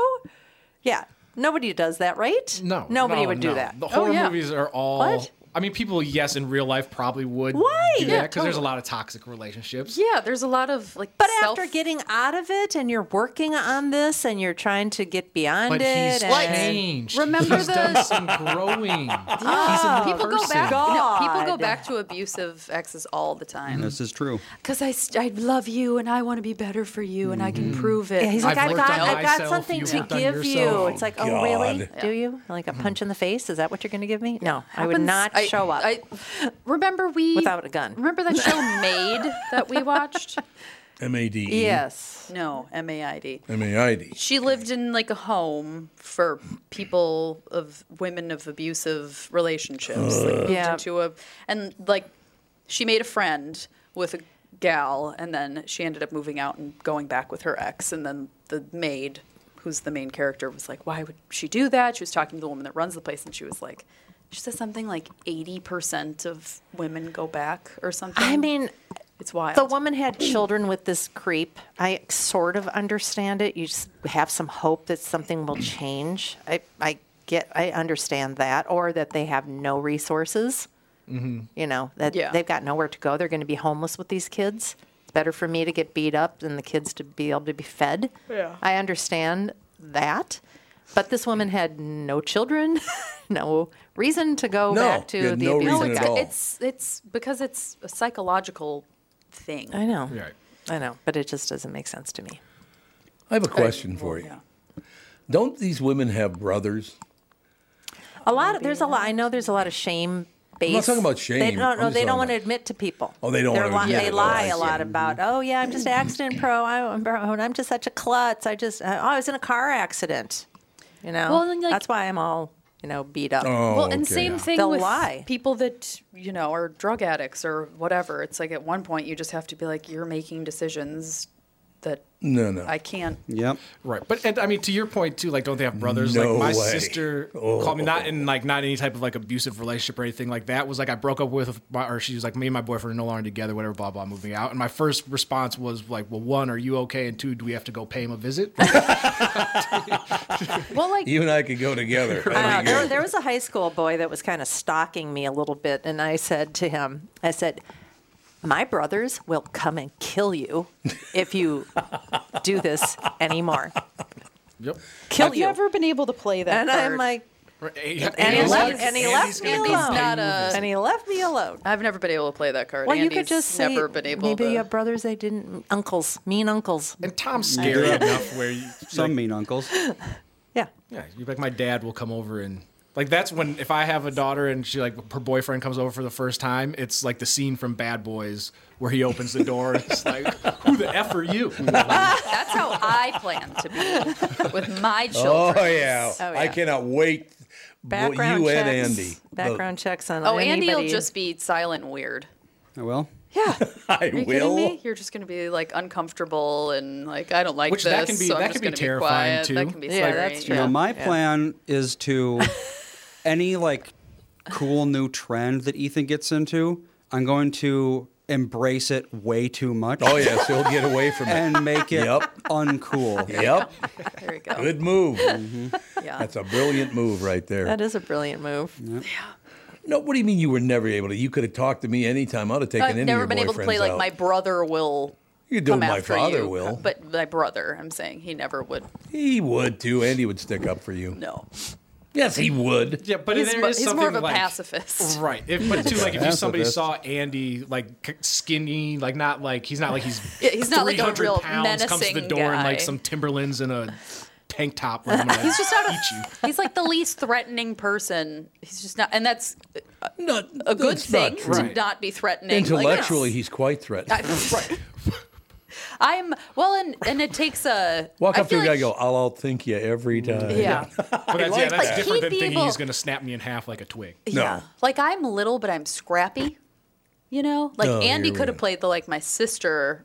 Speaker 3: Yeah, nobody does that, right?
Speaker 4: No.
Speaker 3: nobody
Speaker 4: no,
Speaker 3: would do
Speaker 4: no.
Speaker 3: that. Oh,
Speaker 4: The horror
Speaker 2: Oh, yeah.
Speaker 4: movies are all.
Speaker 3: What?
Speaker 4: I mean, people, yes, in real life probably would
Speaker 3: Why?
Speaker 4: do
Speaker 3: Yeah,
Speaker 4: that because there's a lot of toxic relationships.
Speaker 2: Yeah, there's a lot of like.
Speaker 3: But
Speaker 2: self-
Speaker 3: after getting out of it and you're working on this and you're trying to get beyond
Speaker 4: But
Speaker 3: it,
Speaker 4: he's
Speaker 3: and
Speaker 4: changed.
Speaker 2: Remember
Speaker 4: he's
Speaker 2: the-
Speaker 4: done some growing.
Speaker 2: people go
Speaker 4: person.
Speaker 2: back. No, people go
Speaker 3: Ah, God.
Speaker 2: back to abusive exes all the time.
Speaker 5: This is true.
Speaker 2: Because I, st- I love you and I want to be better for you and I can prove it.
Speaker 3: Yeah, he's
Speaker 4: I've
Speaker 3: like, I've
Speaker 4: worked
Speaker 3: got,
Speaker 4: on
Speaker 3: I've got
Speaker 4: myself,
Speaker 3: something
Speaker 4: you've
Speaker 3: to
Speaker 4: worked on
Speaker 3: give you.
Speaker 4: yourself.
Speaker 3: It's like,
Speaker 1: God.
Speaker 3: oh, really?
Speaker 1: Yeah.
Speaker 2: *laughs*
Speaker 3: Do you? Like a punch in the face? Is that what you're going to give me? No, I would
Speaker 2: happens-
Speaker 3: not
Speaker 2: I-
Speaker 3: show up.
Speaker 2: I, remember we
Speaker 3: Without a gun.
Speaker 2: Remember that show Maid that we
Speaker 3: *laughs*
Speaker 2: watched?
Speaker 1: M A D E.
Speaker 3: yes.
Speaker 2: No, M A I D.
Speaker 1: M A I D. E.
Speaker 2: She lived in like a home for people of women of abusive relationships. Like moved
Speaker 3: Yeah.
Speaker 2: into a and like she made a friend with a gal and then she ended up moving out and going back with her ex and then the maid who's the main character was like why would she do that she was talking to the woman that runs the place and she was like she said something like 80% of women go back or something
Speaker 3: I mean,
Speaker 2: it's wild
Speaker 3: the woman had children with this creep. I sort of understand it. You just have some hope that something will change. I, I get, I understand that, or that they have no resources.
Speaker 1: Mm-hmm.
Speaker 3: You know, that
Speaker 2: Yeah.
Speaker 3: they've got nowhere to go. They're going to be homeless with these kids. It's better for me to get beat up than the kids to be able to be fed. Yeah. I understand that. But this woman had no children, *laughs* no reason to go
Speaker 1: No,
Speaker 3: back to
Speaker 1: you had
Speaker 3: the
Speaker 1: no
Speaker 3: abuse.
Speaker 1: reason
Speaker 2: no, it's,
Speaker 1: at all.
Speaker 2: it's it's because it's a psychological thing
Speaker 3: I know.
Speaker 4: Right.
Speaker 3: I know, but it just doesn't make sense to me.
Speaker 1: I have a question for you.
Speaker 2: yeah.
Speaker 1: Don't these women have brothers?
Speaker 3: A lot of there's a lot. I know there's a lot of shame. Based.
Speaker 1: talking about
Speaker 3: They
Speaker 1: shame. I'm
Speaker 3: don't, no,
Speaker 1: just
Speaker 3: they
Speaker 1: talking
Speaker 3: don't want to
Speaker 1: about-
Speaker 3: admit to people.
Speaker 1: Oh, Mm-hmm. they don't
Speaker 3: They're
Speaker 1: wanna
Speaker 3: li-
Speaker 1: admit
Speaker 3: They
Speaker 1: it.
Speaker 3: lie
Speaker 1: Yeah.
Speaker 3: a lot about. Oh yeah, I'm just an accident pro. I- I'm, pro- I'm just such a klutz. I just. Uh, oh, I was in a car accident. You know.
Speaker 2: Well, then, like-
Speaker 3: that's why I'm all you know beat up.
Speaker 1: Oh,
Speaker 2: well, and
Speaker 1: okay.
Speaker 2: same thing
Speaker 3: They'll
Speaker 2: with
Speaker 3: lie.
Speaker 2: people that you know are drug addicts or whatever. It's like at one point you just have to be like, you're making decisions that
Speaker 1: No, no.
Speaker 2: I can't.
Speaker 5: Yep.
Speaker 4: Right, but and, I mean, to your point too, like, don't they have brothers?
Speaker 1: No
Speaker 4: like, my
Speaker 1: way. Oh.
Speaker 4: sister called me, not in like not any type of like abusive relationship or anything like that. Was like, I broke up with, my, or she was like, me and my boyfriend are no longer together, whatever, blah blah, moving out. And my first response was like, well, one, are you okay? And two, do we have to go pay him a visit?
Speaker 2: Well, like
Speaker 1: you and I could go together.
Speaker 3: *laughs* I
Speaker 1: That'd be
Speaker 3: know. Uh, There,
Speaker 1: good.
Speaker 3: there was a high school boy that was kind of stalking me a little bit, and I said to him, I said, My brothers will come and kill you if you do this anymore.
Speaker 4: yep.
Speaker 3: Kill
Speaker 2: have
Speaker 3: you.
Speaker 2: you ever been able to play that?
Speaker 3: and I'm like,
Speaker 4: And,
Speaker 3: and he
Speaker 2: Andy's-
Speaker 3: left, and he
Speaker 2: Andy's
Speaker 3: left me
Speaker 2: gonna
Speaker 3: alone.
Speaker 2: go pay Not you a a- visit.
Speaker 3: and he left me alone.
Speaker 2: I've never been able to play that card.
Speaker 3: Well,
Speaker 2: Andy's
Speaker 3: you could just say
Speaker 2: never been able
Speaker 3: maybe
Speaker 2: to.
Speaker 3: you have brothers they didn't uncles, mean uncles.
Speaker 4: And Tom's scary enough where you,
Speaker 5: Some mean uncles.
Speaker 3: *laughs* Yeah,
Speaker 4: Yeah, you like my dad will come over and like that's when if I have a daughter and she like her boyfriend comes over for the first time, it's like the scene from Bad Boys where he opens the door and it's like, who the f are
Speaker 5: *laughs*
Speaker 4: you?
Speaker 2: *laughs* That's how I plan to be with my
Speaker 1: Oh
Speaker 2: children.
Speaker 1: yeah.
Speaker 3: Oh,
Speaker 1: I
Speaker 3: yeah.
Speaker 1: cannot wait. Well,
Speaker 3: background
Speaker 1: you
Speaker 3: checks.
Speaker 1: and Andy.
Speaker 3: Background checks on.
Speaker 2: Oh, Andy will
Speaker 3: anybody.
Speaker 2: just be silent and weird.
Speaker 5: I will.
Speaker 3: Yeah,
Speaker 1: *laughs* I
Speaker 2: Are you
Speaker 1: will.
Speaker 2: kidding me? You're just going to be like uncomfortable and like I don't like
Speaker 4: Which
Speaker 2: this.
Speaker 4: that can be-
Speaker 2: so I'm
Speaker 4: that
Speaker 2: just
Speaker 4: can be
Speaker 2: gonna
Speaker 4: terrifying,
Speaker 2: quiet.
Speaker 4: too.
Speaker 2: That can be
Speaker 3: Yeah,
Speaker 2: scary.
Speaker 3: that's
Speaker 5: You know,
Speaker 3: Yeah.
Speaker 5: my plan is to
Speaker 2: *laughs*
Speaker 5: any like cool new trend that Ethan gets into, I'm going to embrace it way too much.
Speaker 1: Oh, yes, he'll get away
Speaker 5: *laughs*
Speaker 1: from it.
Speaker 5: and make it
Speaker 1: Yep.
Speaker 4: *laughs*
Speaker 5: uncool.
Speaker 1: Yep.
Speaker 2: There you go.
Speaker 1: Good move.
Speaker 2: *laughs* Yeah.
Speaker 1: That's a brilliant move right there.
Speaker 3: That is a brilliant move.
Speaker 1: No, what do you mean you were never able to? You could have talked to me anytime. I'd have taken
Speaker 2: I've
Speaker 1: any
Speaker 2: never
Speaker 1: of your
Speaker 2: been able to play
Speaker 1: boyfriends
Speaker 2: like
Speaker 1: out.
Speaker 2: my brother will.
Speaker 1: You do
Speaker 2: come
Speaker 1: my
Speaker 2: after
Speaker 1: father
Speaker 2: you,
Speaker 1: will.
Speaker 2: but my brother, I'm saying he never would.
Speaker 1: He would too. Andy would stick up for you.
Speaker 2: No,
Speaker 1: Yes, he would.
Speaker 4: *laughs* Yeah, but
Speaker 2: he's,
Speaker 4: there
Speaker 2: mo-
Speaker 4: is
Speaker 2: he's
Speaker 4: something
Speaker 2: more of a
Speaker 4: like,
Speaker 2: pacifist.
Speaker 4: Right. If, but too, like if you somebody
Speaker 5: Pacifist.
Speaker 4: saw Andy like k- skinny, like not like he's not like he's
Speaker 2: *laughs* Yeah, he's not like a
Speaker 4: 300
Speaker 2: real
Speaker 4: pounds, comes to the
Speaker 2: menacing
Speaker 4: door in
Speaker 2: guy.
Speaker 4: like some Timberlands and a tank top. Like,
Speaker 2: *laughs* He's just not a. He's like the least threatening person. He's just not, and that's
Speaker 1: *laughs* Not
Speaker 2: a good
Speaker 1: that's
Speaker 2: thing
Speaker 1: Not
Speaker 2: to
Speaker 1: true.
Speaker 4: Right.
Speaker 2: not be threatening. Like,
Speaker 1: Intellectually,
Speaker 2: it's-
Speaker 1: he's quite threatening.
Speaker 2: *laughs* I, am well, and and it takes a
Speaker 1: Walk
Speaker 2: I
Speaker 1: up to a
Speaker 2: feel
Speaker 1: guy, and
Speaker 2: like-
Speaker 1: go. I'll outthink you every time. *laughs*
Speaker 2: Yeah.
Speaker 4: But that's, yeah,
Speaker 2: like-
Speaker 4: that's
Speaker 2: like,
Speaker 4: different
Speaker 2: he'd
Speaker 4: than
Speaker 2: be
Speaker 4: thinking
Speaker 2: able-
Speaker 4: he's gonna snap me in half like a twig.
Speaker 1: No.
Speaker 2: Like I'm little, but I'm scrappy. You know, like
Speaker 1: Oh,
Speaker 2: Andy
Speaker 1: here we
Speaker 2: could have
Speaker 1: go.
Speaker 2: played the like my sister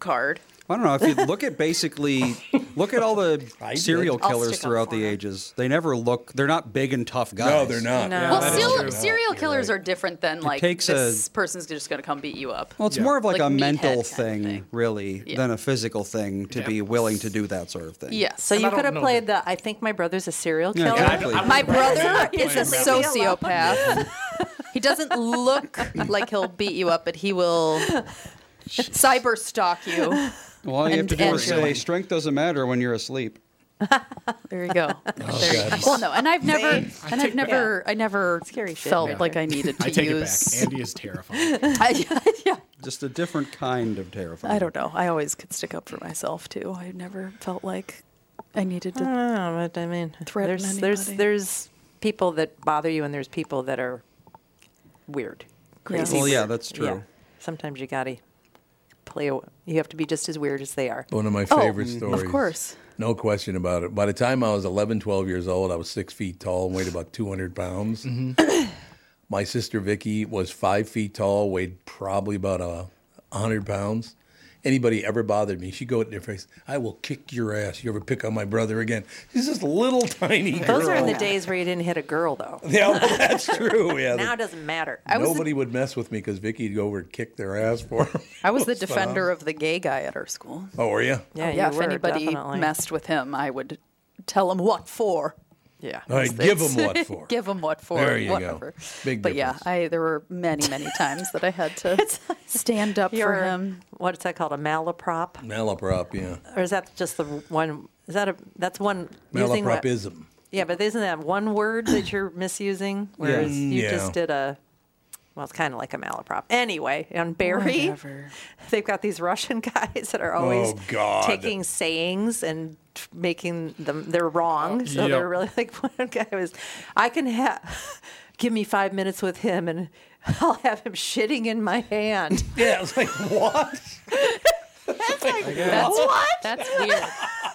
Speaker 2: card.
Speaker 5: Mm. I don't know. If you look at basically, look at
Speaker 4: *laughs*
Speaker 5: all the serial
Speaker 2: I'll
Speaker 5: killers
Speaker 2: stick up
Speaker 5: throughout
Speaker 2: for
Speaker 5: the
Speaker 2: him.
Speaker 5: ages. They never look. They're not big and tough guys.
Speaker 1: No, they're not.
Speaker 3: No.
Speaker 2: well,
Speaker 4: that is
Speaker 2: serial,
Speaker 4: true.
Speaker 2: serial killers are different than like
Speaker 5: takes
Speaker 2: this
Speaker 5: a-
Speaker 2: person's just going to come beat you up.
Speaker 5: Well, it's
Speaker 4: Yeah.
Speaker 5: more of like,
Speaker 2: Like
Speaker 5: a
Speaker 2: meathead kind
Speaker 5: mental
Speaker 2: of
Speaker 5: thing,
Speaker 2: thing.
Speaker 5: really,
Speaker 2: Yeah.
Speaker 5: than a physical thing to
Speaker 4: Yeah.
Speaker 5: be willing to do that sort of thing.
Speaker 2: yes. So
Speaker 3: So
Speaker 4: I
Speaker 3: you
Speaker 4: don't
Speaker 3: could have
Speaker 4: know
Speaker 3: played the I think my brother's a serial killer.
Speaker 5: Yeah, exactly.
Speaker 2: my brother is a
Speaker 3: Leave me alone.
Speaker 2: sociopath. *laughs* he doesn't look like he'll beat you up, but he will cyber stalk you.
Speaker 5: Well, all you
Speaker 2: And-
Speaker 5: have to do
Speaker 2: and-
Speaker 5: is say, strength doesn't matter when you're asleep.
Speaker 2: There you go. there you go. Well, no, and I've never, and I've never, I never
Speaker 3: Scary shit
Speaker 2: felt
Speaker 3: right
Speaker 2: like I needed to
Speaker 4: I take
Speaker 2: use.
Speaker 4: it back. Andy is terrifying.
Speaker 2: *laughs* I, yeah,
Speaker 5: Just a different kind of terrifying.
Speaker 2: I don't know. I always could stick up for myself too. I never felt like I needed to.
Speaker 3: I don't know, but I mean,
Speaker 2: Threaten
Speaker 3: there's there's
Speaker 2: anybody.
Speaker 3: there's people that bother you, and there's people that are weird, crazy.
Speaker 5: Well, yeah,
Speaker 3: weird.
Speaker 5: that's true.
Speaker 3: Sometimes you gotta play. a- You have to be just as weird as they are. Oh,
Speaker 1: One of my favorite stories.
Speaker 2: Of course.
Speaker 1: No question about it. By the time I was 11, 12 years old, I was six feet tall and weighed about 200 pounds. My sister Vicky was five feet tall, weighed probably about uh, 100 pounds. Anybody ever bothered me, she'd go in their face, I will kick your ass. You ever pick on my brother again? She's this little tiny girl.
Speaker 3: Those are in the days where you didn't hit a girl, though.
Speaker 1: *laughs* Yeah, well, that's true. Yeah.
Speaker 3: Now it doesn't matter.
Speaker 2: I
Speaker 3: *laughs*
Speaker 2: was,
Speaker 1: Nobody would mess with me because Vicky would go over and kick their ass for *laughs* them.
Speaker 2: the, I was the defender of the gay guy at our school.
Speaker 1: oh, were you?
Speaker 3: yeah, you
Speaker 2: yeah, if
Speaker 3: were,
Speaker 2: anybody
Speaker 3: definitely.
Speaker 2: messed with him, I would tell him what for. Yeah.
Speaker 1: All right, give 'em what for.
Speaker 2: *laughs* give him what for.
Speaker 1: There you go.
Speaker 2: whatever.
Speaker 1: Big
Speaker 2: But
Speaker 1: difference.
Speaker 2: yeah, I there were many, many times that I had
Speaker 3: *laughs*
Speaker 2: to stand up
Speaker 3: You're
Speaker 2: for him.
Speaker 3: what's that called? A malaprop,
Speaker 1: Malaprop, uh, yeah.
Speaker 3: or is that just the one? Is that a? That's one. using what-
Speaker 1: Malapropism.
Speaker 3: Yeah, but isn't that one
Speaker 1: *clears throat*
Speaker 3: word that you're misusing? Whereas you
Speaker 1: Yeah.
Speaker 3: just did a, well, it's kind of like a malaprop. Anyway, on Barry, *laughs* they've got these Russian *laughs* guys that are always
Speaker 1: Oh, God.
Speaker 3: taking sayings and t- making them, they're wrong. So
Speaker 4: Yep.
Speaker 3: they're really *laughs* like, one guy was, I can have, *laughs* give me five minutes with him and *laughs* I'll have him shitting in my hand.
Speaker 1: Yeah, I was like, what?
Speaker 2: That's what? That's weird.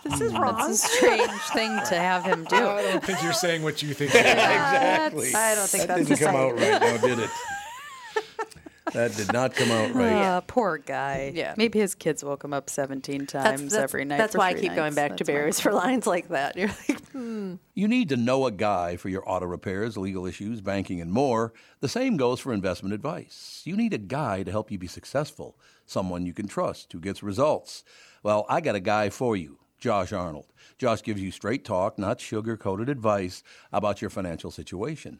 Speaker 2: this is wrong. *laughs* That's a strange thing to have him do.
Speaker 4: I don't think you're saying what you
Speaker 2: *laughs*
Speaker 4: think. You're
Speaker 1: exactly.
Speaker 3: I don't think
Speaker 1: that
Speaker 3: that's
Speaker 1: didn't come
Speaker 3: society.
Speaker 1: out right now, did it? *laughs* That did not come out right.
Speaker 3: Uh, poor guy.
Speaker 2: Yeah. Maybe his kids woke him up 17 times
Speaker 3: That's, that's,
Speaker 2: every night.
Speaker 3: that's
Speaker 2: for
Speaker 3: why I
Speaker 2: three
Speaker 3: keep going
Speaker 2: nights.
Speaker 3: back to
Speaker 2: That's why.
Speaker 3: Barry's for lines like that. You're like,
Speaker 1: You need to know a guy for your auto repairs, legal issues, banking, and more. The same goes for investment advice. You need a guy to help you be successful, someone you can trust who gets results. Well, I got a guy for you, Josh Arnold. Josh gives you straight talk, not sugar coated advice about your financial situation.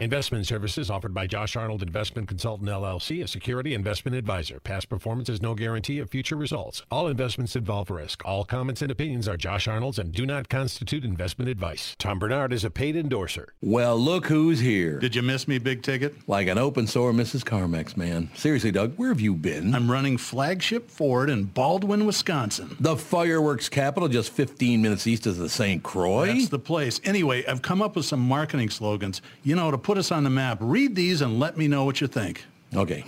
Speaker 7: Investment services offered by Josh Arnold Investment Consultant LLC, a security investment advisor. Past performance is no guarantee of future results. All investments involve risk. All comments and opinions are Josh Arnold's and do not constitute investment advice. Tom Bernard is a paid endorser.
Speaker 1: Well, look who's here.
Speaker 8: Did you miss me, big ticket?
Speaker 1: Like an open sore Mrs. Carmex, man. Seriously, Doug, where have you been?
Speaker 8: I'm running flagship Ford in Baldwin, Wisconsin.
Speaker 1: the fireworks capital, just 15 minutes east of the St. Croix.
Speaker 8: That's the place. Anyway, I've come up with some marketing slogans, you know, to put us on the map. Read these and
Speaker 1: *clears throat*
Speaker 8: let me know what you think.
Speaker 1: Okay.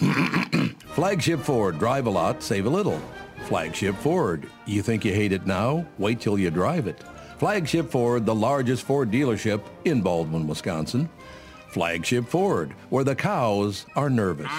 Speaker 1: Flagship Ford, drive a lot, save a little. Flagship Ford. You think you hate it now? Wait till you drive it. Flagship Ford, the largest Ford dealership in Baldwin, Wisconsin. Flagship Ford, where the cows are nervous.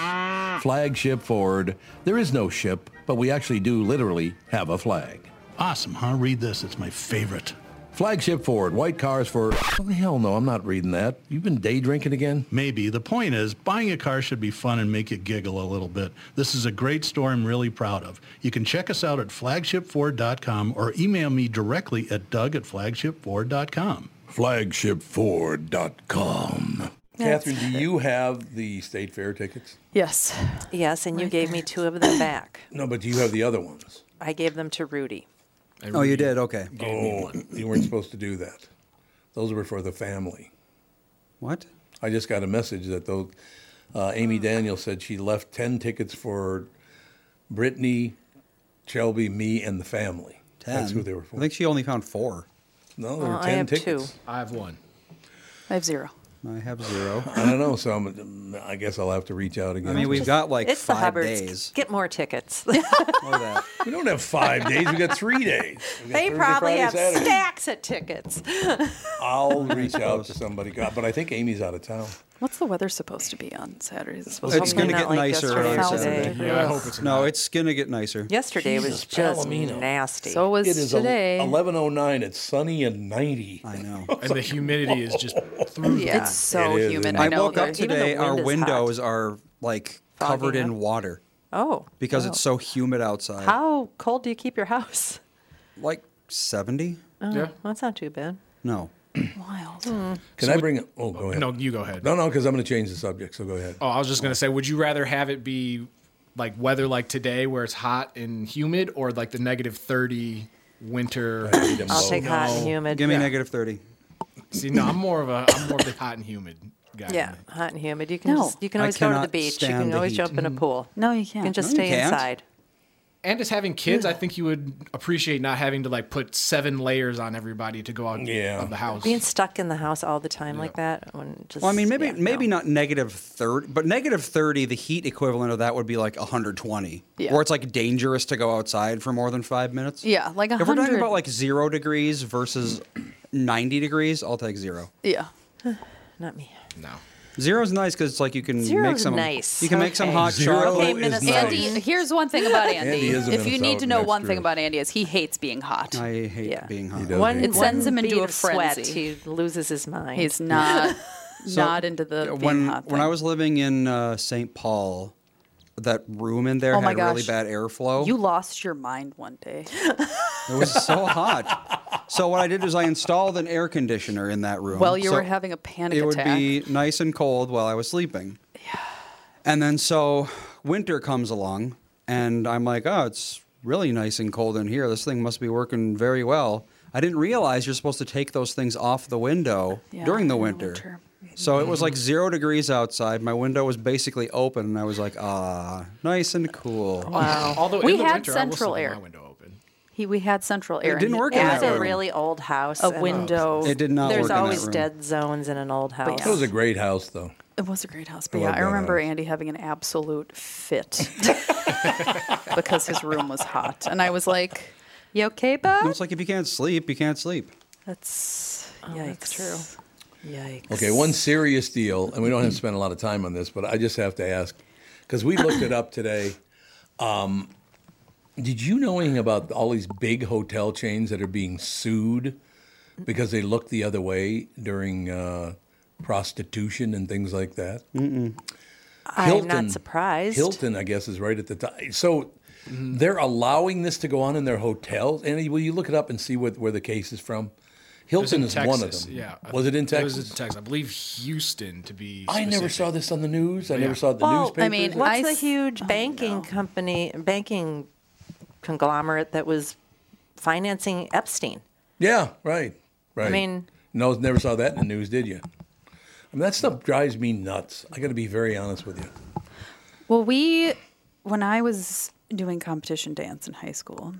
Speaker 1: Flagship Ford, there is no ship, but we actually do literally have a flag.
Speaker 8: Awesome, huh? Read this. It's my favorite.
Speaker 1: Flagship Ford, white cars for. Oh, hell no, I'm not reading that. You've been day drinking again?
Speaker 8: Maybe. The point is, buying a car should be fun and make you giggle a little bit. This is a great store I'm really proud of. You can check us out at flagshipford.com or email me directly at doug at flagshipford.com.
Speaker 1: Flagshipford.com. Catherine, do you have the state fair tickets?
Speaker 2: Yes.
Speaker 3: Yes, and you gave me two of them back.
Speaker 1: No, but do you have the other ones?
Speaker 3: I gave them to Rudy.
Speaker 5: Oh, you did? Okay.
Speaker 1: Oh, you weren't supposed to do that. Those were for the family.
Speaker 5: What? Oh.
Speaker 1: I just got a message that though uh, Amy Daniels said she left 10 tickets for Brittany, Shelby, me, and the family. That's who they were for.
Speaker 5: I think she only found four.
Speaker 2: Oh,
Speaker 1: no, there were
Speaker 3: Well,
Speaker 1: 10
Speaker 3: I have
Speaker 1: tickets.
Speaker 3: two.
Speaker 4: I have one.
Speaker 2: I have zero.
Speaker 5: I have zero.
Speaker 1: I don't know, so I'm, I guess I'll have to reach out again.
Speaker 5: I mean, we've got like
Speaker 3: It's the
Speaker 5: five
Speaker 3: Hubbards.
Speaker 5: days.
Speaker 3: Get more tickets. *laughs*
Speaker 1: *laughs*
Speaker 5: Look at that.
Speaker 1: we don't have five days. We got three days. We got
Speaker 3: they
Speaker 1: Thursday,
Speaker 3: probably
Speaker 1: Friday,
Speaker 3: have
Speaker 1: Saturday.
Speaker 3: stacks of tickets.
Speaker 1: I'll reach out to somebody, God, but I think Amy's out of town.
Speaker 2: What's the weather supposed to be on Saturday? It's supposed
Speaker 5: It's
Speaker 2: to
Speaker 5: going to
Speaker 2: be
Speaker 3: Hopefully not
Speaker 5: get
Speaker 3: like
Speaker 5: nicer
Speaker 3: yesterday.
Speaker 5: on
Speaker 2: Thousand
Speaker 5: Saturday.
Speaker 2: degrees.
Speaker 4: Yeah, I hope it's
Speaker 5: No, it's going to get nicer.
Speaker 3: Yesterday
Speaker 1: Jesus,
Speaker 3: was just
Speaker 1: Palomino.
Speaker 3: nasty.
Speaker 2: So was
Speaker 1: It is el-
Speaker 2: today.
Speaker 1: 11:09. It's sunny and 90.
Speaker 5: I know.
Speaker 1: *laughs*
Speaker 4: and the humidity is just through.
Speaker 2: yeah. It's so
Speaker 1: It is,
Speaker 2: humid.
Speaker 1: isn't
Speaker 5: I
Speaker 2: know
Speaker 5: woke up
Speaker 2: that even the
Speaker 5: today. Our
Speaker 3: wind is hot.
Speaker 5: windows are like
Speaker 3: Fogging
Speaker 5: covered
Speaker 3: up.
Speaker 5: in water
Speaker 3: oh,
Speaker 5: because
Speaker 3: wow.
Speaker 5: it's so humid outside.
Speaker 3: How cold do you keep your house? Oh,
Speaker 5: Like 70?
Speaker 4: Yeah. Hmm.
Speaker 3: That's not too bad.
Speaker 5: No.
Speaker 2: Wild.
Speaker 1: Can I bring? Oh, go ahead.
Speaker 4: No, you go ahead.
Speaker 1: No, no, because I'm going to change the subject. So go ahead.
Speaker 4: Oh, I was just gonna say, would you rather have it be like weather like today, where it's hot and humid, or like the negative thirty winter?
Speaker 3: I'll take hot and humid.
Speaker 5: Give me negative 30.
Speaker 4: See, no, I'm more of a I'm more of the hot and humid guy.
Speaker 3: Yeah, hot and humid. You can
Speaker 2: No.
Speaker 3: just, you can
Speaker 5: I
Speaker 3: always go to the
Speaker 5: cannot
Speaker 3: beach. You
Speaker 5: stand
Speaker 3: can
Speaker 5: the
Speaker 3: always
Speaker 5: heat.
Speaker 3: jump in a pool.
Speaker 2: No, you
Speaker 3: Mm-hmm. You
Speaker 2: can't.
Speaker 3: can just
Speaker 5: No, you
Speaker 3: stay
Speaker 5: can't.
Speaker 3: inside.
Speaker 4: And as having kids, I think you would appreciate not having to like put seven layers on everybody to go out
Speaker 1: Yeah.
Speaker 4: of the house.
Speaker 3: Being stuck in the house all the time like that. When just,
Speaker 5: Well, I mean, maybe
Speaker 3: yeah,
Speaker 5: maybe
Speaker 3: no.
Speaker 5: not negative 30, but negative 30, the heat equivalent of that would be like 120.
Speaker 2: Yeah.
Speaker 5: Where it's like dangerous to go outside for more than five minutes.
Speaker 2: Yeah, like
Speaker 5: If we're talking
Speaker 2: 100.
Speaker 5: about like zero degrees versus 90 degrees, I'll take zero.
Speaker 2: Yeah.
Speaker 3: Not me.
Speaker 4: no.
Speaker 5: Zero's nice because it's like you can make
Speaker 3: Zero's
Speaker 5: some
Speaker 3: nice.
Speaker 5: You can make some
Speaker 3: Okay.
Speaker 5: hot
Speaker 1: Zero
Speaker 5: chocolate.
Speaker 3: Okay,
Speaker 1: is
Speaker 3: Minnesota.
Speaker 1: nice.
Speaker 2: Andy, here's one thing about Andy.
Speaker 1: Andy is a
Speaker 2: if you need to
Speaker 1: Minnesotan,
Speaker 2: know
Speaker 1: that's
Speaker 2: one thing
Speaker 1: true.
Speaker 2: about Andy is he hates being hot.
Speaker 5: I hate
Speaker 3: Yeah.
Speaker 5: being hot.
Speaker 1: does.
Speaker 3: One,
Speaker 1: It
Speaker 2: sends
Speaker 3: one
Speaker 2: him into
Speaker 3: beat
Speaker 2: a
Speaker 3: of sweat,
Speaker 2: frenzy.
Speaker 3: He loses his mind.
Speaker 2: He's not
Speaker 3: *laughs*
Speaker 5: So,
Speaker 2: not into the being
Speaker 5: when
Speaker 2: hot
Speaker 5: when
Speaker 2: thing.
Speaker 5: I was living in uh, St. Paul, that room in there
Speaker 2: Oh my
Speaker 5: had really
Speaker 2: gosh.
Speaker 5: bad airflow.
Speaker 2: You lost your mind one day.
Speaker 5: It was so hot. So what I did was I installed an air conditioner in that room.
Speaker 2: Well, you
Speaker 5: So
Speaker 2: were having a panic
Speaker 5: It would
Speaker 2: attack.
Speaker 5: be nice and cold while I was sleeping. Yeah. And then so winter comes along, and I'm like, oh, it's really nice and cold in here. This thing must be working very well. I didn't realize you're supposed to take those things off the window
Speaker 2: Yeah,
Speaker 5: during the
Speaker 2: in the
Speaker 5: winter.
Speaker 2: winter. Mm-hmm.
Speaker 5: So it was like zero degrees outside. My window was basically open, and I was like, ah, nice and cool.
Speaker 4: *laughs* Although
Speaker 2: We
Speaker 4: in the
Speaker 2: had
Speaker 4: winter, I
Speaker 2: central
Speaker 4: will sleep with
Speaker 2: air.
Speaker 4: My window open.
Speaker 2: He, we had central air. and
Speaker 5: didn't
Speaker 2: he
Speaker 5: work in
Speaker 3: It's
Speaker 5: that
Speaker 2: added
Speaker 3: a
Speaker 5: room.
Speaker 3: really old house.
Speaker 2: A
Speaker 3: and
Speaker 2: window.
Speaker 5: It did not
Speaker 3: There's
Speaker 5: work in that
Speaker 3: always
Speaker 5: room.
Speaker 3: dead zones in an old house.
Speaker 1: That was a great house, though.
Speaker 2: It was a great house, but yeah,
Speaker 1: love
Speaker 2: I
Speaker 1: that
Speaker 2: remember
Speaker 1: house.
Speaker 2: Andy having an absolute
Speaker 3: *laughs*
Speaker 2: fit *laughs* because his room was hot, and I was like,
Speaker 3: you okay, Bob?
Speaker 5: It's like if you can't sleep, you can't sleep.
Speaker 2: "That's
Speaker 3: Oh,
Speaker 2: yikes."
Speaker 3: that's true. Yikes.
Speaker 1: Okay, one serious deal, and we don't have to spend a lot of time on this, but I just have to ask because we looked it up today. Um, did you know anything about all these big hotel chains that are being sued because they look the other way during uh, prostitution and things like that?
Speaker 3: I'm not surprised.
Speaker 1: Hilton, I guess, is right at the top. So they're allowing this to go on in their hotels. And will you look it up and see what, where the case is from?
Speaker 4: It was in
Speaker 1: Hilton is one of
Speaker 4: Texas,
Speaker 1: them.
Speaker 4: Yeah. I
Speaker 1: Was it in
Speaker 4: think-
Speaker 1: Texas?
Speaker 4: It was in Texas. I believe Houston to be.
Speaker 1: I never saw
Speaker 4: specific.
Speaker 1: this on the news. I never saw the
Speaker 3: Well,
Speaker 1: newspapers.
Speaker 2: I mean,
Speaker 3: What's
Speaker 2: I
Speaker 3: the
Speaker 2: s- Oh,
Speaker 3: huge banking company, banking conglomerate that was financing Epstein?
Speaker 1: yeah, right, right.
Speaker 3: mean-
Speaker 1: no, never saw that in the news, did you? I mean, that stuff drives me nuts. I got to be very honest with you.
Speaker 2: Well, we, when I was doing competition dance in high school,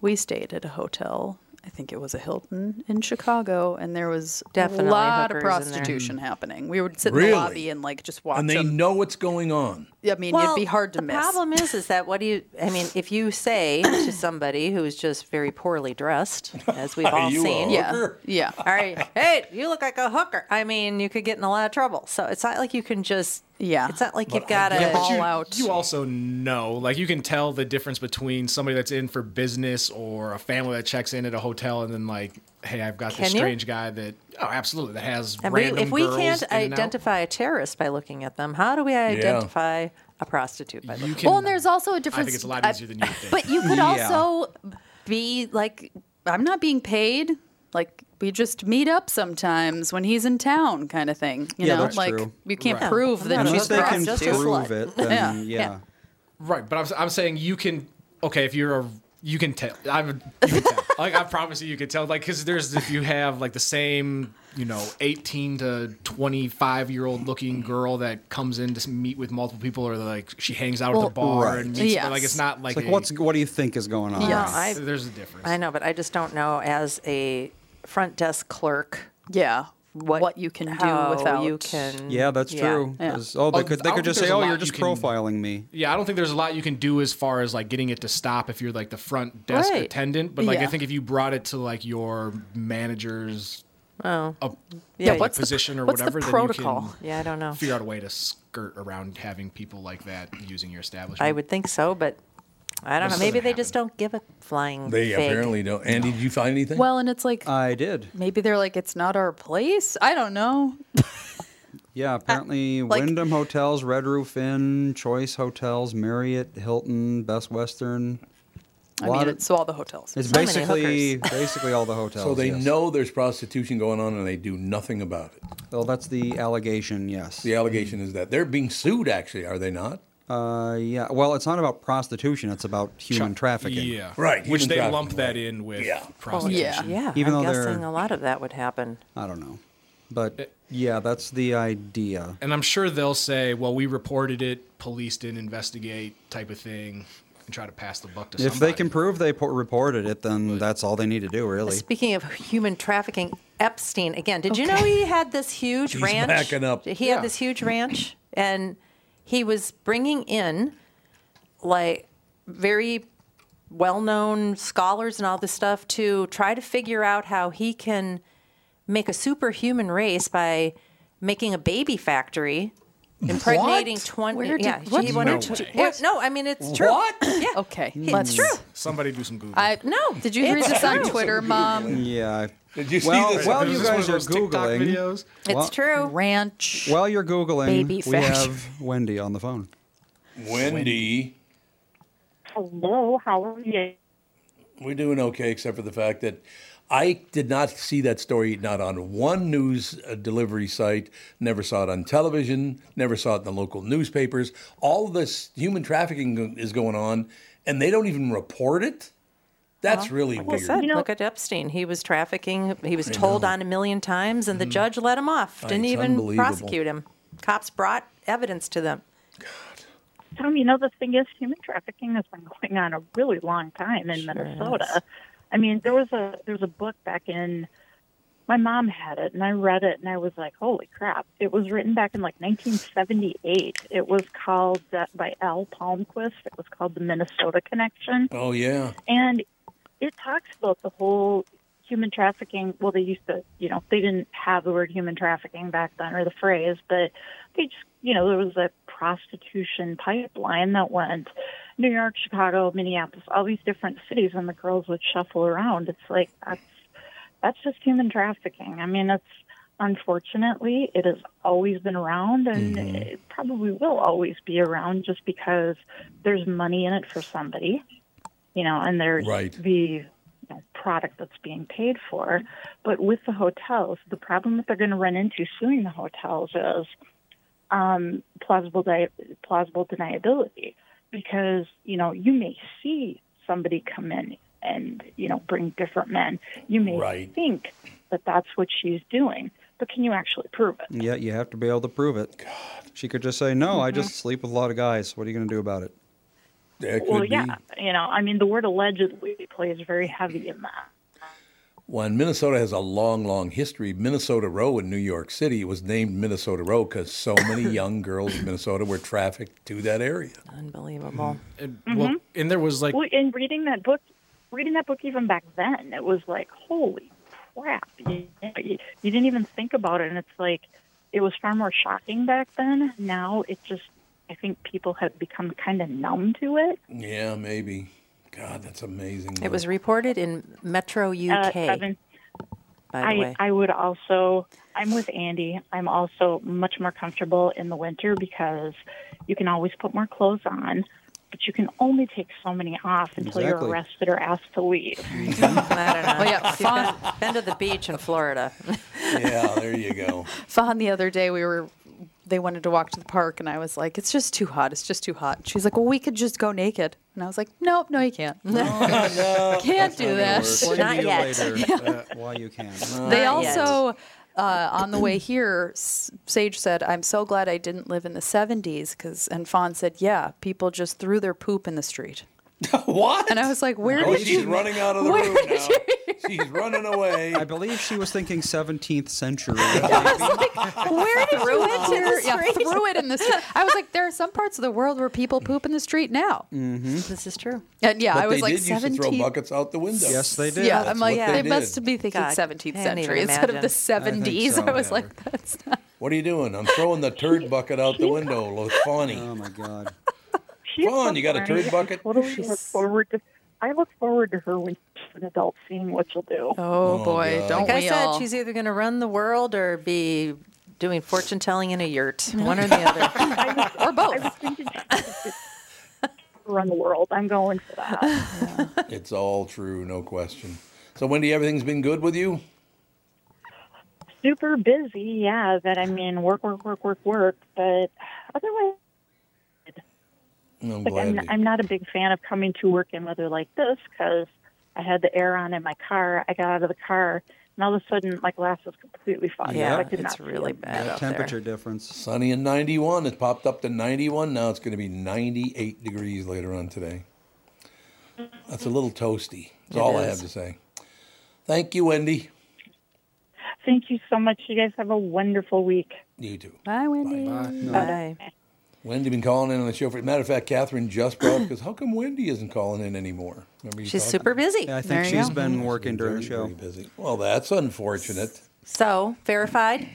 Speaker 2: we stayed at a hotel I think it was a Hilton in Chicago, and there was
Speaker 3: Definitely
Speaker 2: a lot of
Speaker 3: hookers in there.
Speaker 2: prostitution happening. We would sit in
Speaker 1: Really?
Speaker 2: the lobby and like just watch
Speaker 1: and they
Speaker 2: them.
Speaker 1: know what's going on.
Speaker 2: I mean, it'd be hard to
Speaker 3: the
Speaker 2: miss.
Speaker 3: problem is, is that what do you? I mean, if
Speaker 2: *coughs*
Speaker 3: you say to somebody who's just very poorly dressed,
Speaker 1: *laughs*
Speaker 3: as we've all
Speaker 1: You a
Speaker 3: seen,
Speaker 2: yeah,
Speaker 1: hooker?
Speaker 2: yeah.
Speaker 3: all right, hey, you look like a hooker. I mean, you could get in a lot of trouble. So it's not like you can just.
Speaker 2: Yeah.
Speaker 3: It's not like you've got to.
Speaker 2: Yeah, but
Speaker 3: all
Speaker 2: you-
Speaker 3: out.
Speaker 2: out.
Speaker 4: You also know, like you can tell the difference between somebody that's in for business or a family that checks in at a hotel, and then like, hey, I've got this
Speaker 3: Can you?
Speaker 4: strange guy that oh, absolutely that has
Speaker 3: And we,
Speaker 4: random
Speaker 3: if we
Speaker 4: girls
Speaker 3: can't
Speaker 4: in and out.
Speaker 3: identify a terrorist by looking at them, how do we identify a prostitute by looking?
Speaker 4: you
Speaker 3: at
Speaker 4: can.
Speaker 2: Well, and there's also a difference.
Speaker 4: I think it's a lot
Speaker 2: I-
Speaker 4: easier than you think.
Speaker 2: But
Speaker 3: *laughs*
Speaker 2: you could
Speaker 5: Yeah.
Speaker 2: also be like, I'm not being paid. Like we just meet up sometimes when he's in town, kind of thing. You
Speaker 5: Yeah,
Speaker 2: know,
Speaker 5: that's
Speaker 2: like
Speaker 5: true.
Speaker 2: you can't
Speaker 3: Right.
Speaker 2: prove that
Speaker 3: I'm not
Speaker 5: Unless
Speaker 2: she's a
Speaker 5: they can
Speaker 3: just a
Speaker 2: prostitute.
Speaker 5: prove
Speaker 3: slut.
Speaker 5: it, then
Speaker 2: *laughs* Yeah.
Speaker 5: yeah.
Speaker 4: Right, but I'm, I'm saying you can. Okay, if you're a, you can tell. I would. You can
Speaker 2: *laughs*
Speaker 4: tell. like I promise you, you can tell. Like because there's if you have like the same, you know, 18 to 25 year old looking girl that comes in to meet with multiple people, or like she hangs out at
Speaker 2: Well,
Speaker 4: the bar
Speaker 5: right.
Speaker 4: and meets.
Speaker 2: Yes.
Speaker 4: Like it's not like,
Speaker 5: It's like,
Speaker 4: a-
Speaker 5: what's what do you think is going on?
Speaker 2: Yeah.
Speaker 3: I-
Speaker 4: there's a difference.
Speaker 3: I know, but I just don't know as a front desk clerk
Speaker 2: Yeah, what, you can
Speaker 3: how
Speaker 2: do without
Speaker 3: Oh, you can.
Speaker 5: Yeah, that's
Speaker 3: Yeah.
Speaker 5: true.
Speaker 2: Yeah.
Speaker 5: 'Cause- Oh,
Speaker 4: Oh,
Speaker 5: they could
Speaker 4: I don't
Speaker 5: they could
Speaker 4: think
Speaker 5: just
Speaker 4: there's
Speaker 5: say,
Speaker 4: a
Speaker 5: "Oh,
Speaker 4: lot
Speaker 5: you're
Speaker 4: you
Speaker 5: just
Speaker 4: can-
Speaker 5: profiling me."
Speaker 4: Yeah, I don't think there's a lot you can do as far as like getting it to stop if you're like the front desk
Speaker 3: Right.
Speaker 4: attendant. But like I
Speaker 2: Yeah.
Speaker 4: think if you brought it to like your manager's up-
Speaker 3: Yeah,
Speaker 4: like,
Speaker 2: what's the-
Speaker 4: position or
Speaker 2: what's the
Speaker 4: whatever, then you
Speaker 2: protocol?
Speaker 4: can
Speaker 3: Yeah, I don't know.
Speaker 4: figure out a way to skirt around having people like that using your establishment.
Speaker 3: I would think so, but I don't
Speaker 4: This
Speaker 3: know. Maybe
Speaker 4: doesn't
Speaker 3: they just don't give a flying.
Speaker 1: They
Speaker 3: fig.
Speaker 1: apparently don't. Andy, did you find anything?
Speaker 2: Well, and it's like
Speaker 5: I did.
Speaker 2: maybe they're like, it's not our place. I don't know.
Speaker 5: Yeah, apparently
Speaker 2: like-
Speaker 5: Wyndham Hotels, Red Roof Inn, Choice Hotels, Marriott, Hilton, Best Western.
Speaker 2: I
Speaker 5: Lot
Speaker 2: mean,
Speaker 5: of-
Speaker 2: it's so all the hotels.
Speaker 5: It's
Speaker 3: So many
Speaker 5: basically basically all the hotels.
Speaker 1: so they
Speaker 5: yes.
Speaker 1: know there's prostitution going on and they do nothing about it.
Speaker 5: Well, that's the allegation. Yes.
Speaker 1: The allegation is that they're being sued, actually, are they not?
Speaker 5: Uh, yeah. Well, it's not about prostitution. It's about human trafficking.
Speaker 4: Yeah.
Speaker 1: Right,
Speaker 4: Which
Speaker 1: human
Speaker 4: they
Speaker 1: trafficking,
Speaker 4: lump that
Speaker 1: right.
Speaker 4: in with
Speaker 1: Yeah.
Speaker 4: prostitution.
Speaker 2: Yeah.
Speaker 3: Oh, Yeah,
Speaker 5: Even
Speaker 3: I'm
Speaker 5: though they're-
Speaker 3: guessing a lot of that would happen.
Speaker 5: I don't know, but yeah, that's the idea.
Speaker 4: And I'm sure they'll say, well, we reported it, police didn't investigate type of thing and try to pass the buck to somebody.
Speaker 5: If they can prove they po- reported it, then that's all they need to do, really.
Speaker 3: Speaking of human trafficking, Epstein again. Did you know he had this huge
Speaker 1: He's
Speaker 3: ranch?
Speaker 1: backing up.
Speaker 3: He
Speaker 5: Yeah.
Speaker 3: had this huge ranch, and he was bringing in like very well-known scholars and all this stuff to try to figure out how he can make a superhuman race by making a baby factory. Impregnating twenty.
Speaker 2: Where did-
Speaker 3: yeah,
Speaker 2: what-
Speaker 3: he
Speaker 2: where
Speaker 3: wanted
Speaker 2: did
Speaker 3: to-
Speaker 2: you-
Speaker 3: yeah, no, I mean it's true.
Speaker 1: What?
Speaker 3: Yeah,
Speaker 2: Okay,
Speaker 3: it's
Speaker 2: let's-
Speaker 3: true.
Speaker 4: Somebody do some Google.
Speaker 2: I
Speaker 3: No,
Speaker 2: Did you read
Speaker 3: it's
Speaker 2: this on
Speaker 3: true.
Speaker 2: Twitter, Mom?
Speaker 5: Yeah.
Speaker 1: Did you see
Speaker 5: well,
Speaker 1: this?
Speaker 5: While
Speaker 4: Is
Speaker 5: you
Speaker 4: this one
Speaker 5: guys
Speaker 4: of
Speaker 5: are
Speaker 4: those TikTok
Speaker 5: googling,
Speaker 4: videos?
Speaker 5: Well-
Speaker 3: It's true.
Speaker 2: Ranch.
Speaker 5: while you're googling,
Speaker 3: Baby
Speaker 5: we
Speaker 3: fact.
Speaker 5: have Wendy on the phone.
Speaker 1: Wendy,
Speaker 9: Hello, how are you?
Speaker 1: we're doing okay, except for the fact that I did not see that story, not on one news uh, delivery site, never saw it on television, never saw it in the local newspapers. All this human trafficking go- is going on, and they don't even report it? That's really
Speaker 3: Like
Speaker 1: weird.
Speaker 3: I said,
Speaker 9: You know-
Speaker 3: look at Epstein. He was trafficking. He was told on a million times, and the judge let him off. Didn't
Speaker 1: Mm-hmm. it's
Speaker 3: even
Speaker 1: unbelievable.
Speaker 3: prosecute him. Cops brought evidence to them.
Speaker 9: Tom, you know, the thing is, human trafficking has been going on a really long time in Minnesota. I mean, there was a there was a book back in my mom had it, and I read it, and I was like, "Holy crap!" It was written back in like 1978. It was called uh, by Al Palmquist. It was called "The Minnesota Connection."
Speaker 1: Oh, yeah.
Speaker 9: and it talks about the whole human trafficking. Well, they used to, you know, they didn't have the word human trafficking back then or the phrase, but they just, you know, there was a prostitution pipeline that went New York, Chicago, Minneapolis, all these different cities, and the girls would shuffle around. It's like that's that's just human trafficking. I mean, it's unfortunately it has always been around, and it probably will always be around, just because there's money in it for somebody you know, and there's
Speaker 1: Right.
Speaker 9: the you know, product that's being paid for. But with the hotels, the problem that they're going to run into suing the hotels is um, plausible di- plausible deniability because you know you may see somebody come in and you know bring different men. You may
Speaker 1: Right.
Speaker 9: think that that's what she's doing, but can you actually prove it?
Speaker 5: Yeah, you have to be able to prove it. God. She could just say, "No, I just sleep with a lot of guys. What are you going to do about it?"
Speaker 1: That
Speaker 9: well,
Speaker 1: could
Speaker 9: yeah,
Speaker 1: *laughs* be.
Speaker 9: you know, I mean, the word allegedly plays very heavy in that.
Speaker 1: When Minnesota has a long, long history, Minnesota Row in New York City was named Minnesota Row because so
Speaker 3: *coughs*
Speaker 1: many young girls in Minnesota were trafficked to that area.
Speaker 3: Unbelievable.
Speaker 4: And, Mm-hmm. well,
Speaker 9: Mhm.
Speaker 4: and there was like
Speaker 9: Well, in reading that book, reading that book even back then, it was like, holy crap! You, you didn't even think about it, and it's like it was far more shocking back then. Now it just, I think people have become kind of numb to it.
Speaker 1: Yeah, maybe. God, that's amazing.
Speaker 3: It was reported in Metro
Speaker 9: Mm. Uh,
Speaker 3: UK.
Speaker 9: Evan,
Speaker 3: by the
Speaker 9: I,
Speaker 3: way.
Speaker 9: I would also, I'm with Andy. I'm also much more comfortable in the winter because you can always put more clothes on, but you can only take so many off until
Speaker 3: Exactly.
Speaker 9: you're arrested or asked to leave.
Speaker 1: Mm-hmm.
Speaker 9: *laughs*
Speaker 2: *laughs*
Speaker 3: I don't know.
Speaker 2: Oh, yeah,
Speaker 3: If you've been, been to the beach in Florida.
Speaker 1: *laughs* yeah, there you go.
Speaker 2: Fahan the other day we were they wanted to walk to the park and I was like, It's just too hot, it's just too hot. And she's like, Well we could just go naked and I was like, Nope, no you can't. can't do that.
Speaker 5: While you can.
Speaker 2: *laughs* They also, uh, on the way here, S- Sage said, "I'm so glad I didn't live in the '70s." Because and Fawn said, "Yeah, people just threw their poop in the street."
Speaker 1: what?
Speaker 2: And I was like, "Where
Speaker 1: oh,
Speaker 2: did
Speaker 1: she's
Speaker 2: you?"
Speaker 1: running out of the room now. She's running away.
Speaker 5: I believe she was thinking 17th century.
Speaker 2: *laughs* Where did
Speaker 3: Threw
Speaker 2: you
Speaker 3: it in the
Speaker 2: enter? Yeah,
Speaker 3: street.
Speaker 2: threw it in the street. I was like, there are some parts of the world where people poop in the street now.
Speaker 5: mm-hmm.
Speaker 3: This is true.
Speaker 2: And yeah,
Speaker 1: But
Speaker 2: I was
Speaker 1: they
Speaker 2: like,
Speaker 1: did used to throw
Speaker 2: 17.
Speaker 1: buckets out the window.
Speaker 5: Yes, they did.
Speaker 2: Yeah,
Speaker 5: That's
Speaker 2: I'm like,
Speaker 5: what
Speaker 2: they
Speaker 5: did.
Speaker 2: must be thinking 17th
Speaker 3: God, can't even
Speaker 2: century instead of the
Speaker 5: I
Speaker 3: imagine.
Speaker 5: think
Speaker 2: 70s. *laughs* I,
Speaker 5: so.
Speaker 2: was like, that's not.
Speaker 1: What are you doing? I'm throwing the turd bucket out the window. Look funny.
Speaker 5: Oh my god.
Speaker 9: She's
Speaker 1: Fawn, you got a
Speaker 9: funny.
Speaker 1: turd bucket?
Speaker 9: I totally look forward to. I look forward to her when she's an adult, seeing what she'll do.
Speaker 2: Oh, boy,
Speaker 1: God.
Speaker 2: don't
Speaker 3: Like I
Speaker 2: we
Speaker 3: said,
Speaker 2: all?
Speaker 3: she's either going to run the world or be doing fortune telling in
Speaker 2: *laughs*
Speaker 3: a yurt. One or the other.
Speaker 2: or
Speaker 9: *laughs* I was
Speaker 2: both.
Speaker 9: thinking she *laughs* should run the world. I'm going for
Speaker 3: *laughs*
Speaker 9: that.
Speaker 1: *laughs* It's all true, no question. So, Wendy, everything's been good with you?
Speaker 9: Super busy, yeah. But I mean, work, work, work, work, work. But otherwise,
Speaker 1: I'm
Speaker 9: like
Speaker 1: glad.
Speaker 9: I'm,
Speaker 1: to-
Speaker 9: I'm not a big fan of coming to work in weather like this because I had the air on in my car. I got out of the car, and all of a sudden, my glass was completely fogged.
Speaker 3: Yeah,
Speaker 9: I could
Speaker 3: it's
Speaker 9: not see
Speaker 3: really
Speaker 9: it.
Speaker 3: bad out there.
Speaker 5: Temperature difference.
Speaker 1: Sunny and 91. It popped up to 91. Now it's going to be 98 degrees later on today. That's a little toasty. That's all I
Speaker 3: is.
Speaker 1: have to say. Thank you, Wendy.
Speaker 9: Thank you so much. You guys have a wonderful week.
Speaker 1: You too.
Speaker 2: Bye, Wendy.
Speaker 3: Bye.
Speaker 1: Wendy been calling in on the show for. Matter of fact, Catherine just brought because how come Wendy isn't calling in anymore? Remember you
Speaker 3: She's
Speaker 1: talking-
Speaker 3: super busy.
Speaker 5: Yeah, I
Speaker 2: There
Speaker 5: think
Speaker 2: you
Speaker 5: she's
Speaker 2: go.
Speaker 5: been working during the
Speaker 1: very, very
Speaker 5: show.
Speaker 1: busy. Well, that's unfortunate.
Speaker 3: So, verified?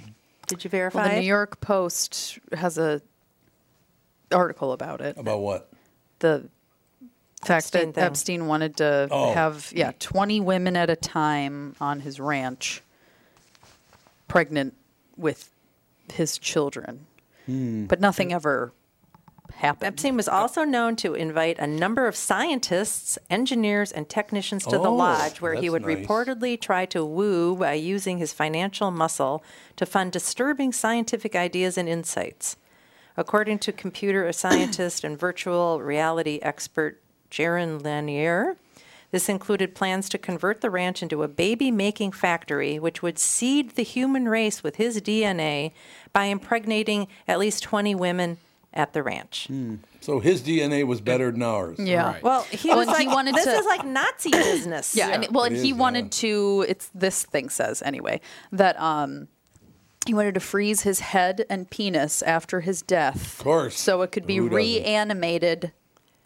Speaker 3: Did you verify?
Speaker 2: Well, the
Speaker 3: it?
Speaker 2: New York Post has a article about it.
Speaker 1: About what?
Speaker 2: the fact
Speaker 3: Epstein
Speaker 2: that
Speaker 3: thing.
Speaker 2: Epstein wanted to
Speaker 1: Oh.
Speaker 2: have yeah 20 women at a time on his ranch pregnant with his children.
Speaker 4: Hmm.
Speaker 1: Mm.
Speaker 2: But nothing ever happened.
Speaker 3: Epstein was also known to invite a number of scientists, engineers, and technicians to the
Speaker 1: Oh,
Speaker 3: lodge, where he
Speaker 1: that's
Speaker 3: would
Speaker 1: nice.
Speaker 3: reportedly try to woo by using his financial muscle to fund disturbing scientific ideas and insights. According to computer scientist and virtual reality expert Jaron Lanier, this included plans to convert the ranch into a baby making factory, which would seed the human race with his DNA by impregnating at least 20 women at the ranch.
Speaker 5: Hmm.
Speaker 1: So his DNA was better than ours.
Speaker 2: yeah.
Speaker 4: Right.
Speaker 3: Well, he
Speaker 2: Oh,
Speaker 3: was
Speaker 2: and
Speaker 3: like,
Speaker 2: he wanted
Speaker 3: this
Speaker 2: to-
Speaker 3: is like Nazi business.
Speaker 2: Yeah, and well, and
Speaker 1: It
Speaker 2: he
Speaker 1: is,
Speaker 2: wanted
Speaker 1: yeah.
Speaker 2: to. It's this thing says anyway that um, he wanted to freeze his head and penis after his death, of
Speaker 1: course.
Speaker 2: so it could be
Speaker 1: Who doesn't?
Speaker 2: reanimated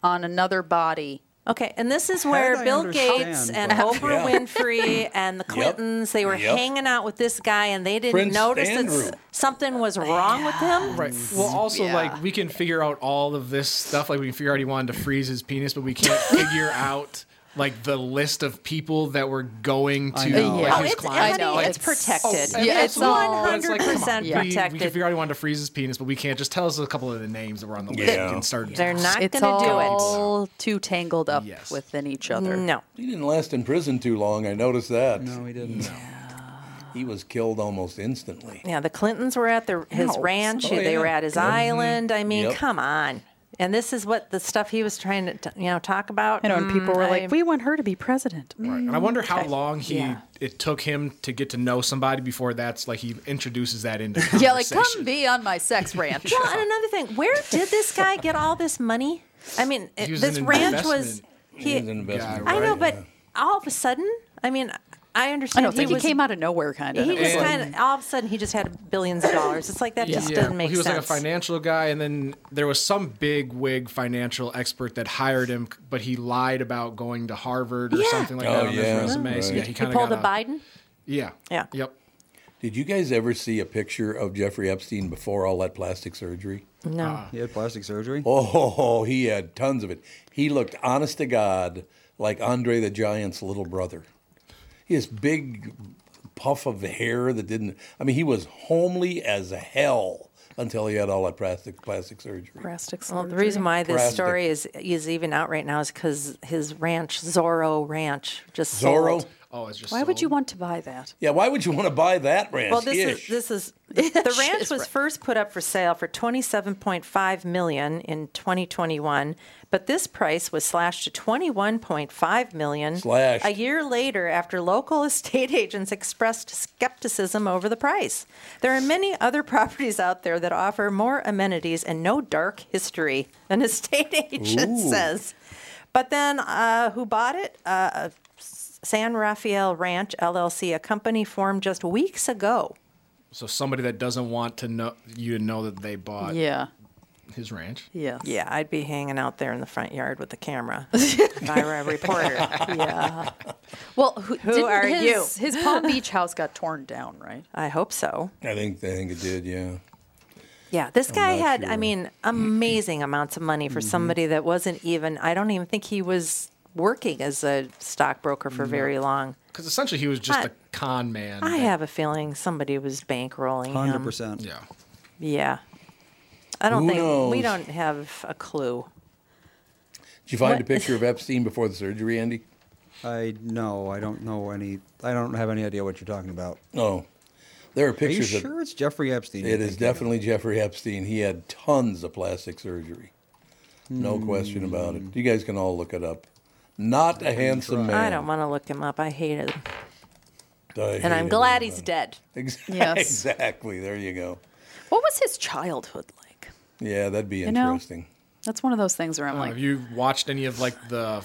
Speaker 2: on another body.
Speaker 3: Okay, and this is where
Speaker 5: I
Speaker 3: Bill
Speaker 5: understand,
Speaker 3: Gates and
Speaker 5: but-
Speaker 3: Oprah
Speaker 4: *laughs*
Speaker 1: Yeah.
Speaker 3: Winfrey and the Clintons, they were
Speaker 1: Yep.
Speaker 3: hanging out with this guy and they didn't
Speaker 1: Prince
Speaker 3: notice that
Speaker 1: Andrew.
Speaker 3: s- something was wrong with him.
Speaker 4: Right. Well, also
Speaker 2: Yeah.
Speaker 4: like we can figure out all of this stuff. Like we can figure out he wanted to freeze his penis, but we can't figure out like the list of people that were going to
Speaker 5: I know.
Speaker 4: like,
Speaker 2: Yeah.
Speaker 3: Oh,
Speaker 4: his
Speaker 3: it's,
Speaker 4: clients.
Speaker 2: I know,
Speaker 3: honey, it's,
Speaker 2: it's-
Speaker 3: protected.
Speaker 2: Oh, Yeah, it's
Speaker 4: absolutely.
Speaker 2: all-
Speaker 4: But it's like, come on,
Speaker 3: 100%
Speaker 4: we- We,
Speaker 3: protected.
Speaker 4: can figure out he wanted to freeze his penis, but we can't. Just tell us a couple of the names that were on the list.
Speaker 1: Yeah.
Speaker 4: We can start.
Speaker 3: They're not going
Speaker 2: It's
Speaker 3: to do it.
Speaker 2: all too tangled up
Speaker 4: Yes.
Speaker 2: within each other.
Speaker 3: No.
Speaker 1: He didn't last in prison too long. I noticed that.
Speaker 5: No, he didn't.
Speaker 1: He was killed almost instantly.
Speaker 3: Yeah, the Clintons were at the, his
Speaker 2: Ouch.
Speaker 3: ranch.
Speaker 1: Oh,
Speaker 3: they
Speaker 1: yeah.
Speaker 3: were at his
Speaker 1: Mhm.
Speaker 3: island. I mean,
Speaker 1: Yep.
Speaker 3: come on. And this is what the stuff he was trying to, t- you know, talk about.
Speaker 2: You know, and people were
Speaker 3: Mm, I-
Speaker 2: like, "We want her to be president."
Speaker 4: Right. And I wonder how long he
Speaker 3: Yeah.
Speaker 4: it took him to get to know somebody before that's like he introduces that into
Speaker 3: *laughs*
Speaker 2: Yeah, like come
Speaker 4: conversation.
Speaker 2: be on
Speaker 4: *laughs*
Speaker 2: my sex ranch.
Speaker 3: Well, and another thing, where did this guy get all this money? I mean, it,
Speaker 4: was
Speaker 3: this
Speaker 4: an
Speaker 3: ranch was
Speaker 4: investment.
Speaker 1: He
Speaker 3: he.
Speaker 1: was an investment.
Speaker 4: Yeah,
Speaker 3: I know,
Speaker 4: right?
Speaker 3: but all of a sudden, I mean, I
Speaker 2: I
Speaker 3: understand.
Speaker 2: don't think he,
Speaker 3: was-
Speaker 2: came out of nowhere, kind of.
Speaker 3: He just kind of all of a sudden he just had billions of dollars. It's like that just didn't make
Speaker 4: he was
Speaker 3: sense.
Speaker 4: like a financial guy, and then there was some big wig financial expert that hired him, but he lied about going to Harvard or something like that on his resume. So yeah, he kind of
Speaker 3: pulled
Speaker 4: got
Speaker 3: a
Speaker 4: out.
Speaker 3: Biden.
Speaker 4: Yeah.
Speaker 3: Yeah.
Speaker 4: Yep.
Speaker 1: Did you guys ever see a picture of Jeffrey Epstein before all that plastic surgery?
Speaker 3: No.
Speaker 5: He had plastic surgery.
Speaker 1: Ah. Oh, he had tons of it. He looked honest to God like Andre the Giant's little brother. His big puff of hair that didn't I mean he was homely as hell until he had all that plastic plastic surgery.
Speaker 3: Well, the reason why this
Speaker 1: Plastic.
Speaker 3: story is is even out right now is because his ranch, Zorro Ranch, just
Speaker 1: Zorro?
Speaker 3: sold.
Speaker 4: Oh, it's just
Speaker 2: Why would you want to buy that?
Speaker 1: Yeah, why would you want to buy that ranch?
Speaker 3: Well, this
Speaker 1: Ish.
Speaker 3: is this
Speaker 1: *laughs*
Speaker 3: is the ranch was first put up for sale for 27.5 million in 2021, but this price was slashed to 21.5 million
Speaker 1: Slashed.
Speaker 3: a year later after local *laughs* estate agents expressed skepticism over the price. There are many other *laughs* properties out there that offer more amenities and no dark history. An *laughs* estate agent
Speaker 10: Ooh.
Speaker 3: says. But then, uh, who bought it? Uh, San Rafael Ranch LLC, a company formed just weeks ago.
Speaker 4: So somebody that doesn't want to know you to know that they bought.
Speaker 3: Yeah.
Speaker 4: His ranch.
Speaker 2: Yes.
Speaker 3: Yeah, I'd be hanging out there in the front yard with the *laughs* camera if I were a reporter. yeah.
Speaker 2: Well, who,
Speaker 3: Who
Speaker 2: didn't
Speaker 3: are
Speaker 2: his,
Speaker 3: you?
Speaker 2: His Palm Beach house got torn down, right?
Speaker 3: I hope so.
Speaker 1: I think I think it did, yeah.
Speaker 3: Yeah, this
Speaker 1: I'm
Speaker 3: guy
Speaker 1: not
Speaker 3: had, I
Speaker 1: sure. Mm-hmm.
Speaker 3: mean, amazing amounts of money for somebody that wasn't even, I don't even think he was working as a stockbroker
Speaker 1: Mm-hmm.
Speaker 3: for very long.
Speaker 4: Because essentially he was just
Speaker 3: I-
Speaker 4: a con man.
Speaker 3: I have a feeling somebody was bankrolling him.
Speaker 5: 100%.
Speaker 4: Yeah.
Speaker 3: Yeah. I don't
Speaker 1: Who
Speaker 3: think, we
Speaker 1: knows?
Speaker 3: don't have a clue.
Speaker 1: Did you find
Speaker 3: What-
Speaker 1: a picture of Epstein before the surgery, Andy?
Speaker 5: I no, I don't know any. I don't have any idea what you're talking about.
Speaker 1: No. There are pictures
Speaker 5: Are you
Speaker 1: of
Speaker 5: sure it's Jeffrey Epstein?
Speaker 1: It is definitely Jeffrey Epstein. He had tons of plastic surgery. No
Speaker 5: Hmm.
Speaker 1: question about it. You guys can all look it up. Not a handsome man.
Speaker 3: I don't want to look him up. I hate it.
Speaker 1: I hate
Speaker 3: and I'm glad he's
Speaker 1: everybody.
Speaker 3: dead.
Speaker 1: Ex- *laughs*
Speaker 2: Yes.
Speaker 1: Exactly. There you go.
Speaker 2: What was his childhood like?
Speaker 1: Yeah, that'd be
Speaker 2: You know?
Speaker 1: interesting.
Speaker 2: That's one of those things where I'm
Speaker 4: Uh,
Speaker 2: like,
Speaker 4: have you watched any of like the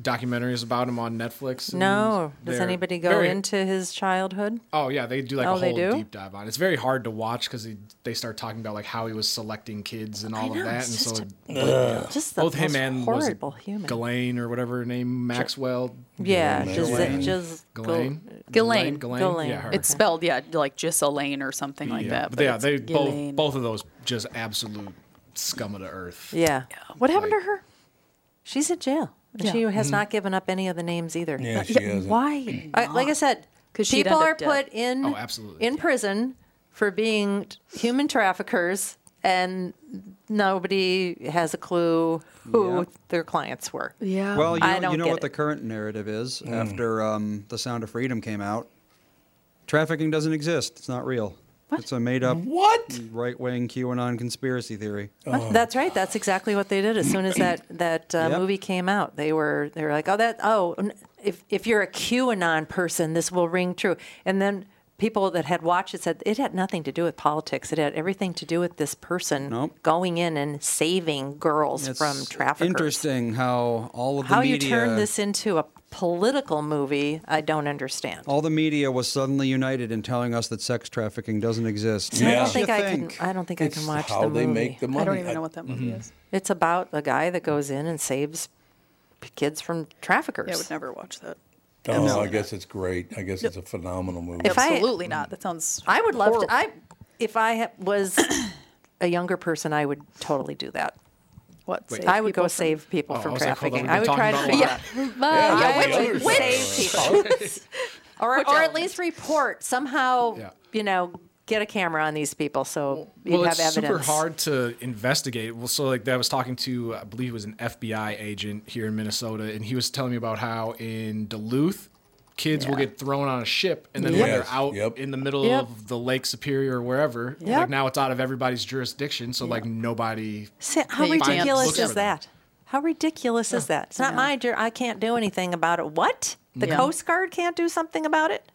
Speaker 4: documentaries about him on Netflix? and
Speaker 3: No. Does
Speaker 4: they're
Speaker 3: anybody go
Speaker 4: very-
Speaker 3: into his childhood?
Speaker 4: Oh yeah, they do like
Speaker 3: Oh,
Speaker 4: a
Speaker 3: they
Speaker 4: whole
Speaker 3: do?
Speaker 4: deep dive on. it. It's very hard to watch because they, they start talking about like how he was selecting kids and all
Speaker 3: know,
Speaker 4: of that,
Speaker 3: it's
Speaker 4: and
Speaker 3: just
Speaker 4: so
Speaker 3: a-
Speaker 4: but,
Speaker 3: Ugh. just the
Speaker 4: both him
Speaker 3: most
Speaker 4: and was it
Speaker 3: horrible human.
Speaker 4: Ghislaine or whatever her name Maxwell.
Speaker 3: Yeah,
Speaker 4: Ghislaine? Ghislaine?
Speaker 3: Gis- Gis-
Speaker 4: Ghislaine.
Speaker 2: Ghislaine.
Speaker 4: Ghislaine. Ghislaine. Yeah, her.
Speaker 2: It's spelled, yeah, like Ghislaine or something like
Speaker 4: yeah.
Speaker 2: that.
Speaker 4: But yeah,
Speaker 2: it's
Speaker 4: they both
Speaker 2: Ghislaine.
Speaker 4: both of those just absolute scum of the earth.
Speaker 3: Yeah.
Speaker 2: What happened to her?
Speaker 3: She's in jail. And
Speaker 2: Yeah.
Speaker 3: She has
Speaker 2: Mhm.
Speaker 3: not given up any of the names either.
Speaker 2: Yeah, Uh, she yeah, hasn't.
Speaker 3: Why? I- like I said,
Speaker 2: 'Cause she'd
Speaker 3: people
Speaker 2: end
Speaker 3: are
Speaker 2: up dead.
Speaker 3: put in
Speaker 2: Oh, absolutely.
Speaker 3: in prison for being t- human traffickers, and nobody has a clue who
Speaker 5: Yep.
Speaker 3: their clients were.
Speaker 2: Yeah.
Speaker 5: Well, you
Speaker 3: I
Speaker 5: know,
Speaker 3: don't
Speaker 5: you know
Speaker 3: get
Speaker 5: what
Speaker 3: it.
Speaker 5: the current narrative is
Speaker 1: Hmm.
Speaker 5: after um, the Sound of Freedom came out. Trafficking doesn't exist. It's not real. It's a made-up
Speaker 1: what Oh.
Speaker 5: right-wing QAnon conspiracy theory.
Speaker 3: That's right. That's exactly what they did.
Speaker 5: *clears throat*
Speaker 3: As soon as that that uh,
Speaker 5: Oh. Yep.
Speaker 3: movie came out, they were they were like, "Oh, that oh, n- if if you're a QAnon person, this will ring true." And then people that had watched it said it had nothing to do with politics. It had everything to do with this person going in and saving girls
Speaker 5: It's
Speaker 3: from traffickers.
Speaker 5: Interesting how all of the
Speaker 3: How
Speaker 5: media
Speaker 3: you turn this into a political movie, I don't understand.
Speaker 5: all the media was suddenly united in telling us that sex trafficking doesn't exist.
Speaker 3: I don't think I can. I don't think I
Speaker 5: It's Mm-hmm.
Speaker 3: can watch
Speaker 5: how
Speaker 3: the movie.
Speaker 5: they make the
Speaker 1: I don't money.
Speaker 2: even know what that movie Mhm. is.
Speaker 3: It's about a guy that goes in and saves p- kids from traffickers.
Speaker 2: Yeah, I would never watch that.
Speaker 1: Oh,
Speaker 3: No.
Speaker 1: I guess it's great. I guess it's a phenomenal movie.
Speaker 3: If I-
Speaker 2: Absolutely not. That sounds.
Speaker 3: I would love
Speaker 2: horrible.
Speaker 3: to. I if I ha-
Speaker 2: *coughs*
Speaker 3: was a younger person, I would totally do that.
Speaker 2: What?
Speaker 3: Wait.
Speaker 2: save
Speaker 3: I would
Speaker 2: people
Speaker 3: go
Speaker 2: from-
Speaker 3: save people
Speaker 2: Oh, I
Speaker 3: from
Speaker 2: was like, hold on,
Speaker 3: trafficking.
Speaker 2: we've
Speaker 3: I would
Speaker 2: been
Speaker 3: try to
Speaker 2: talking
Speaker 3: figure
Speaker 2: about *laughs*
Speaker 3: yeah.
Speaker 2: Yeah, yeah,
Speaker 3: I
Speaker 2: the
Speaker 3: would
Speaker 2: other
Speaker 3: save people,
Speaker 2: side.
Speaker 3: *laughs* or or at least report somehow.
Speaker 4: Yeah.
Speaker 3: You know, get a camera on these people so you
Speaker 4: well,
Speaker 3: have
Speaker 4: it's
Speaker 3: evidence.
Speaker 4: super hard to investigate. Well, so like I was talking to, I believe it was an FBI agent here in Minnesota, and he was telling me about how in Duluth, kids will
Speaker 11: Yeah.
Speaker 4: get thrown on a ship, and then when
Speaker 11: Yes.
Speaker 4: they're out in the middle
Speaker 11: Yep.
Speaker 4: of the Lake Superior or wherever,
Speaker 3: Yep.
Speaker 4: like now it's out of everybody's jurisdiction, so like nobody.
Speaker 3: Sa- How
Speaker 4: finds-
Speaker 3: ridiculous
Speaker 4: looks
Speaker 3: is
Speaker 4: for them.
Speaker 3: that? How ridiculous is that? It's not my. jur- I can't do anything about it. What? The
Speaker 4: Yeah.
Speaker 3: Coast Guard can't do something about it?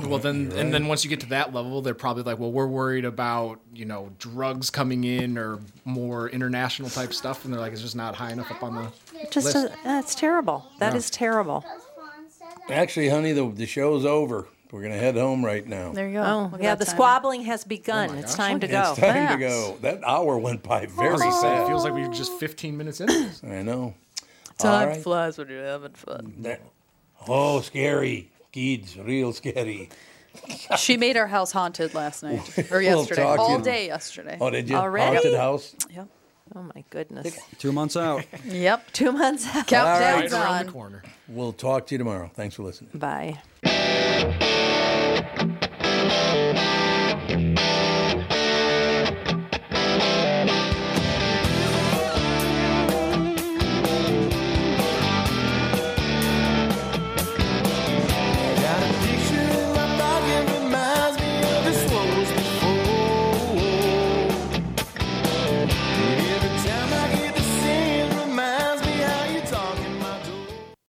Speaker 4: Well, then, and then once you get to that level, they're probably like, well, we're worried about you know drugs coming in or more international type stuff, and they're like, it's just not high enough up on the
Speaker 3: Just
Speaker 4: list.
Speaker 3: a, that's terrible. That is
Speaker 4: Yeah.
Speaker 3: terrible.
Speaker 1: Actually, honey, the, the show's over. We're going to head home right now.
Speaker 2: There you
Speaker 3: go. Oh,
Speaker 2: Look at
Speaker 3: yeah,
Speaker 2: that
Speaker 3: the
Speaker 2: timer.
Speaker 3: squabbling has begun. it's time to go.
Speaker 1: It's time to go. That hour went by very
Speaker 4: It
Speaker 1: fast.
Speaker 4: feels like we were just 15 minutes in. this.
Speaker 1: I know. All
Speaker 2: Time
Speaker 1: right.
Speaker 2: flies when you're having fun.
Speaker 1: That- oh, scary. Kids, real scary.
Speaker 2: she made our house haunted last night or
Speaker 1: We'll
Speaker 2: yesterday,
Speaker 1: talk
Speaker 2: all
Speaker 1: in-
Speaker 2: day yesterday.
Speaker 1: Oh, did you?
Speaker 3: Already?
Speaker 1: Haunted house?
Speaker 2: Yep.
Speaker 3: Oh my goodness.
Speaker 5: Two months out.
Speaker 2: Yep.
Speaker 3: Two months out.
Speaker 2: Countdown's
Speaker 1: Right around
Speaker 2: on.
Speaker 1: We'll talk to you tomorrow. Thanks for listening.
Speaker 3: Bye.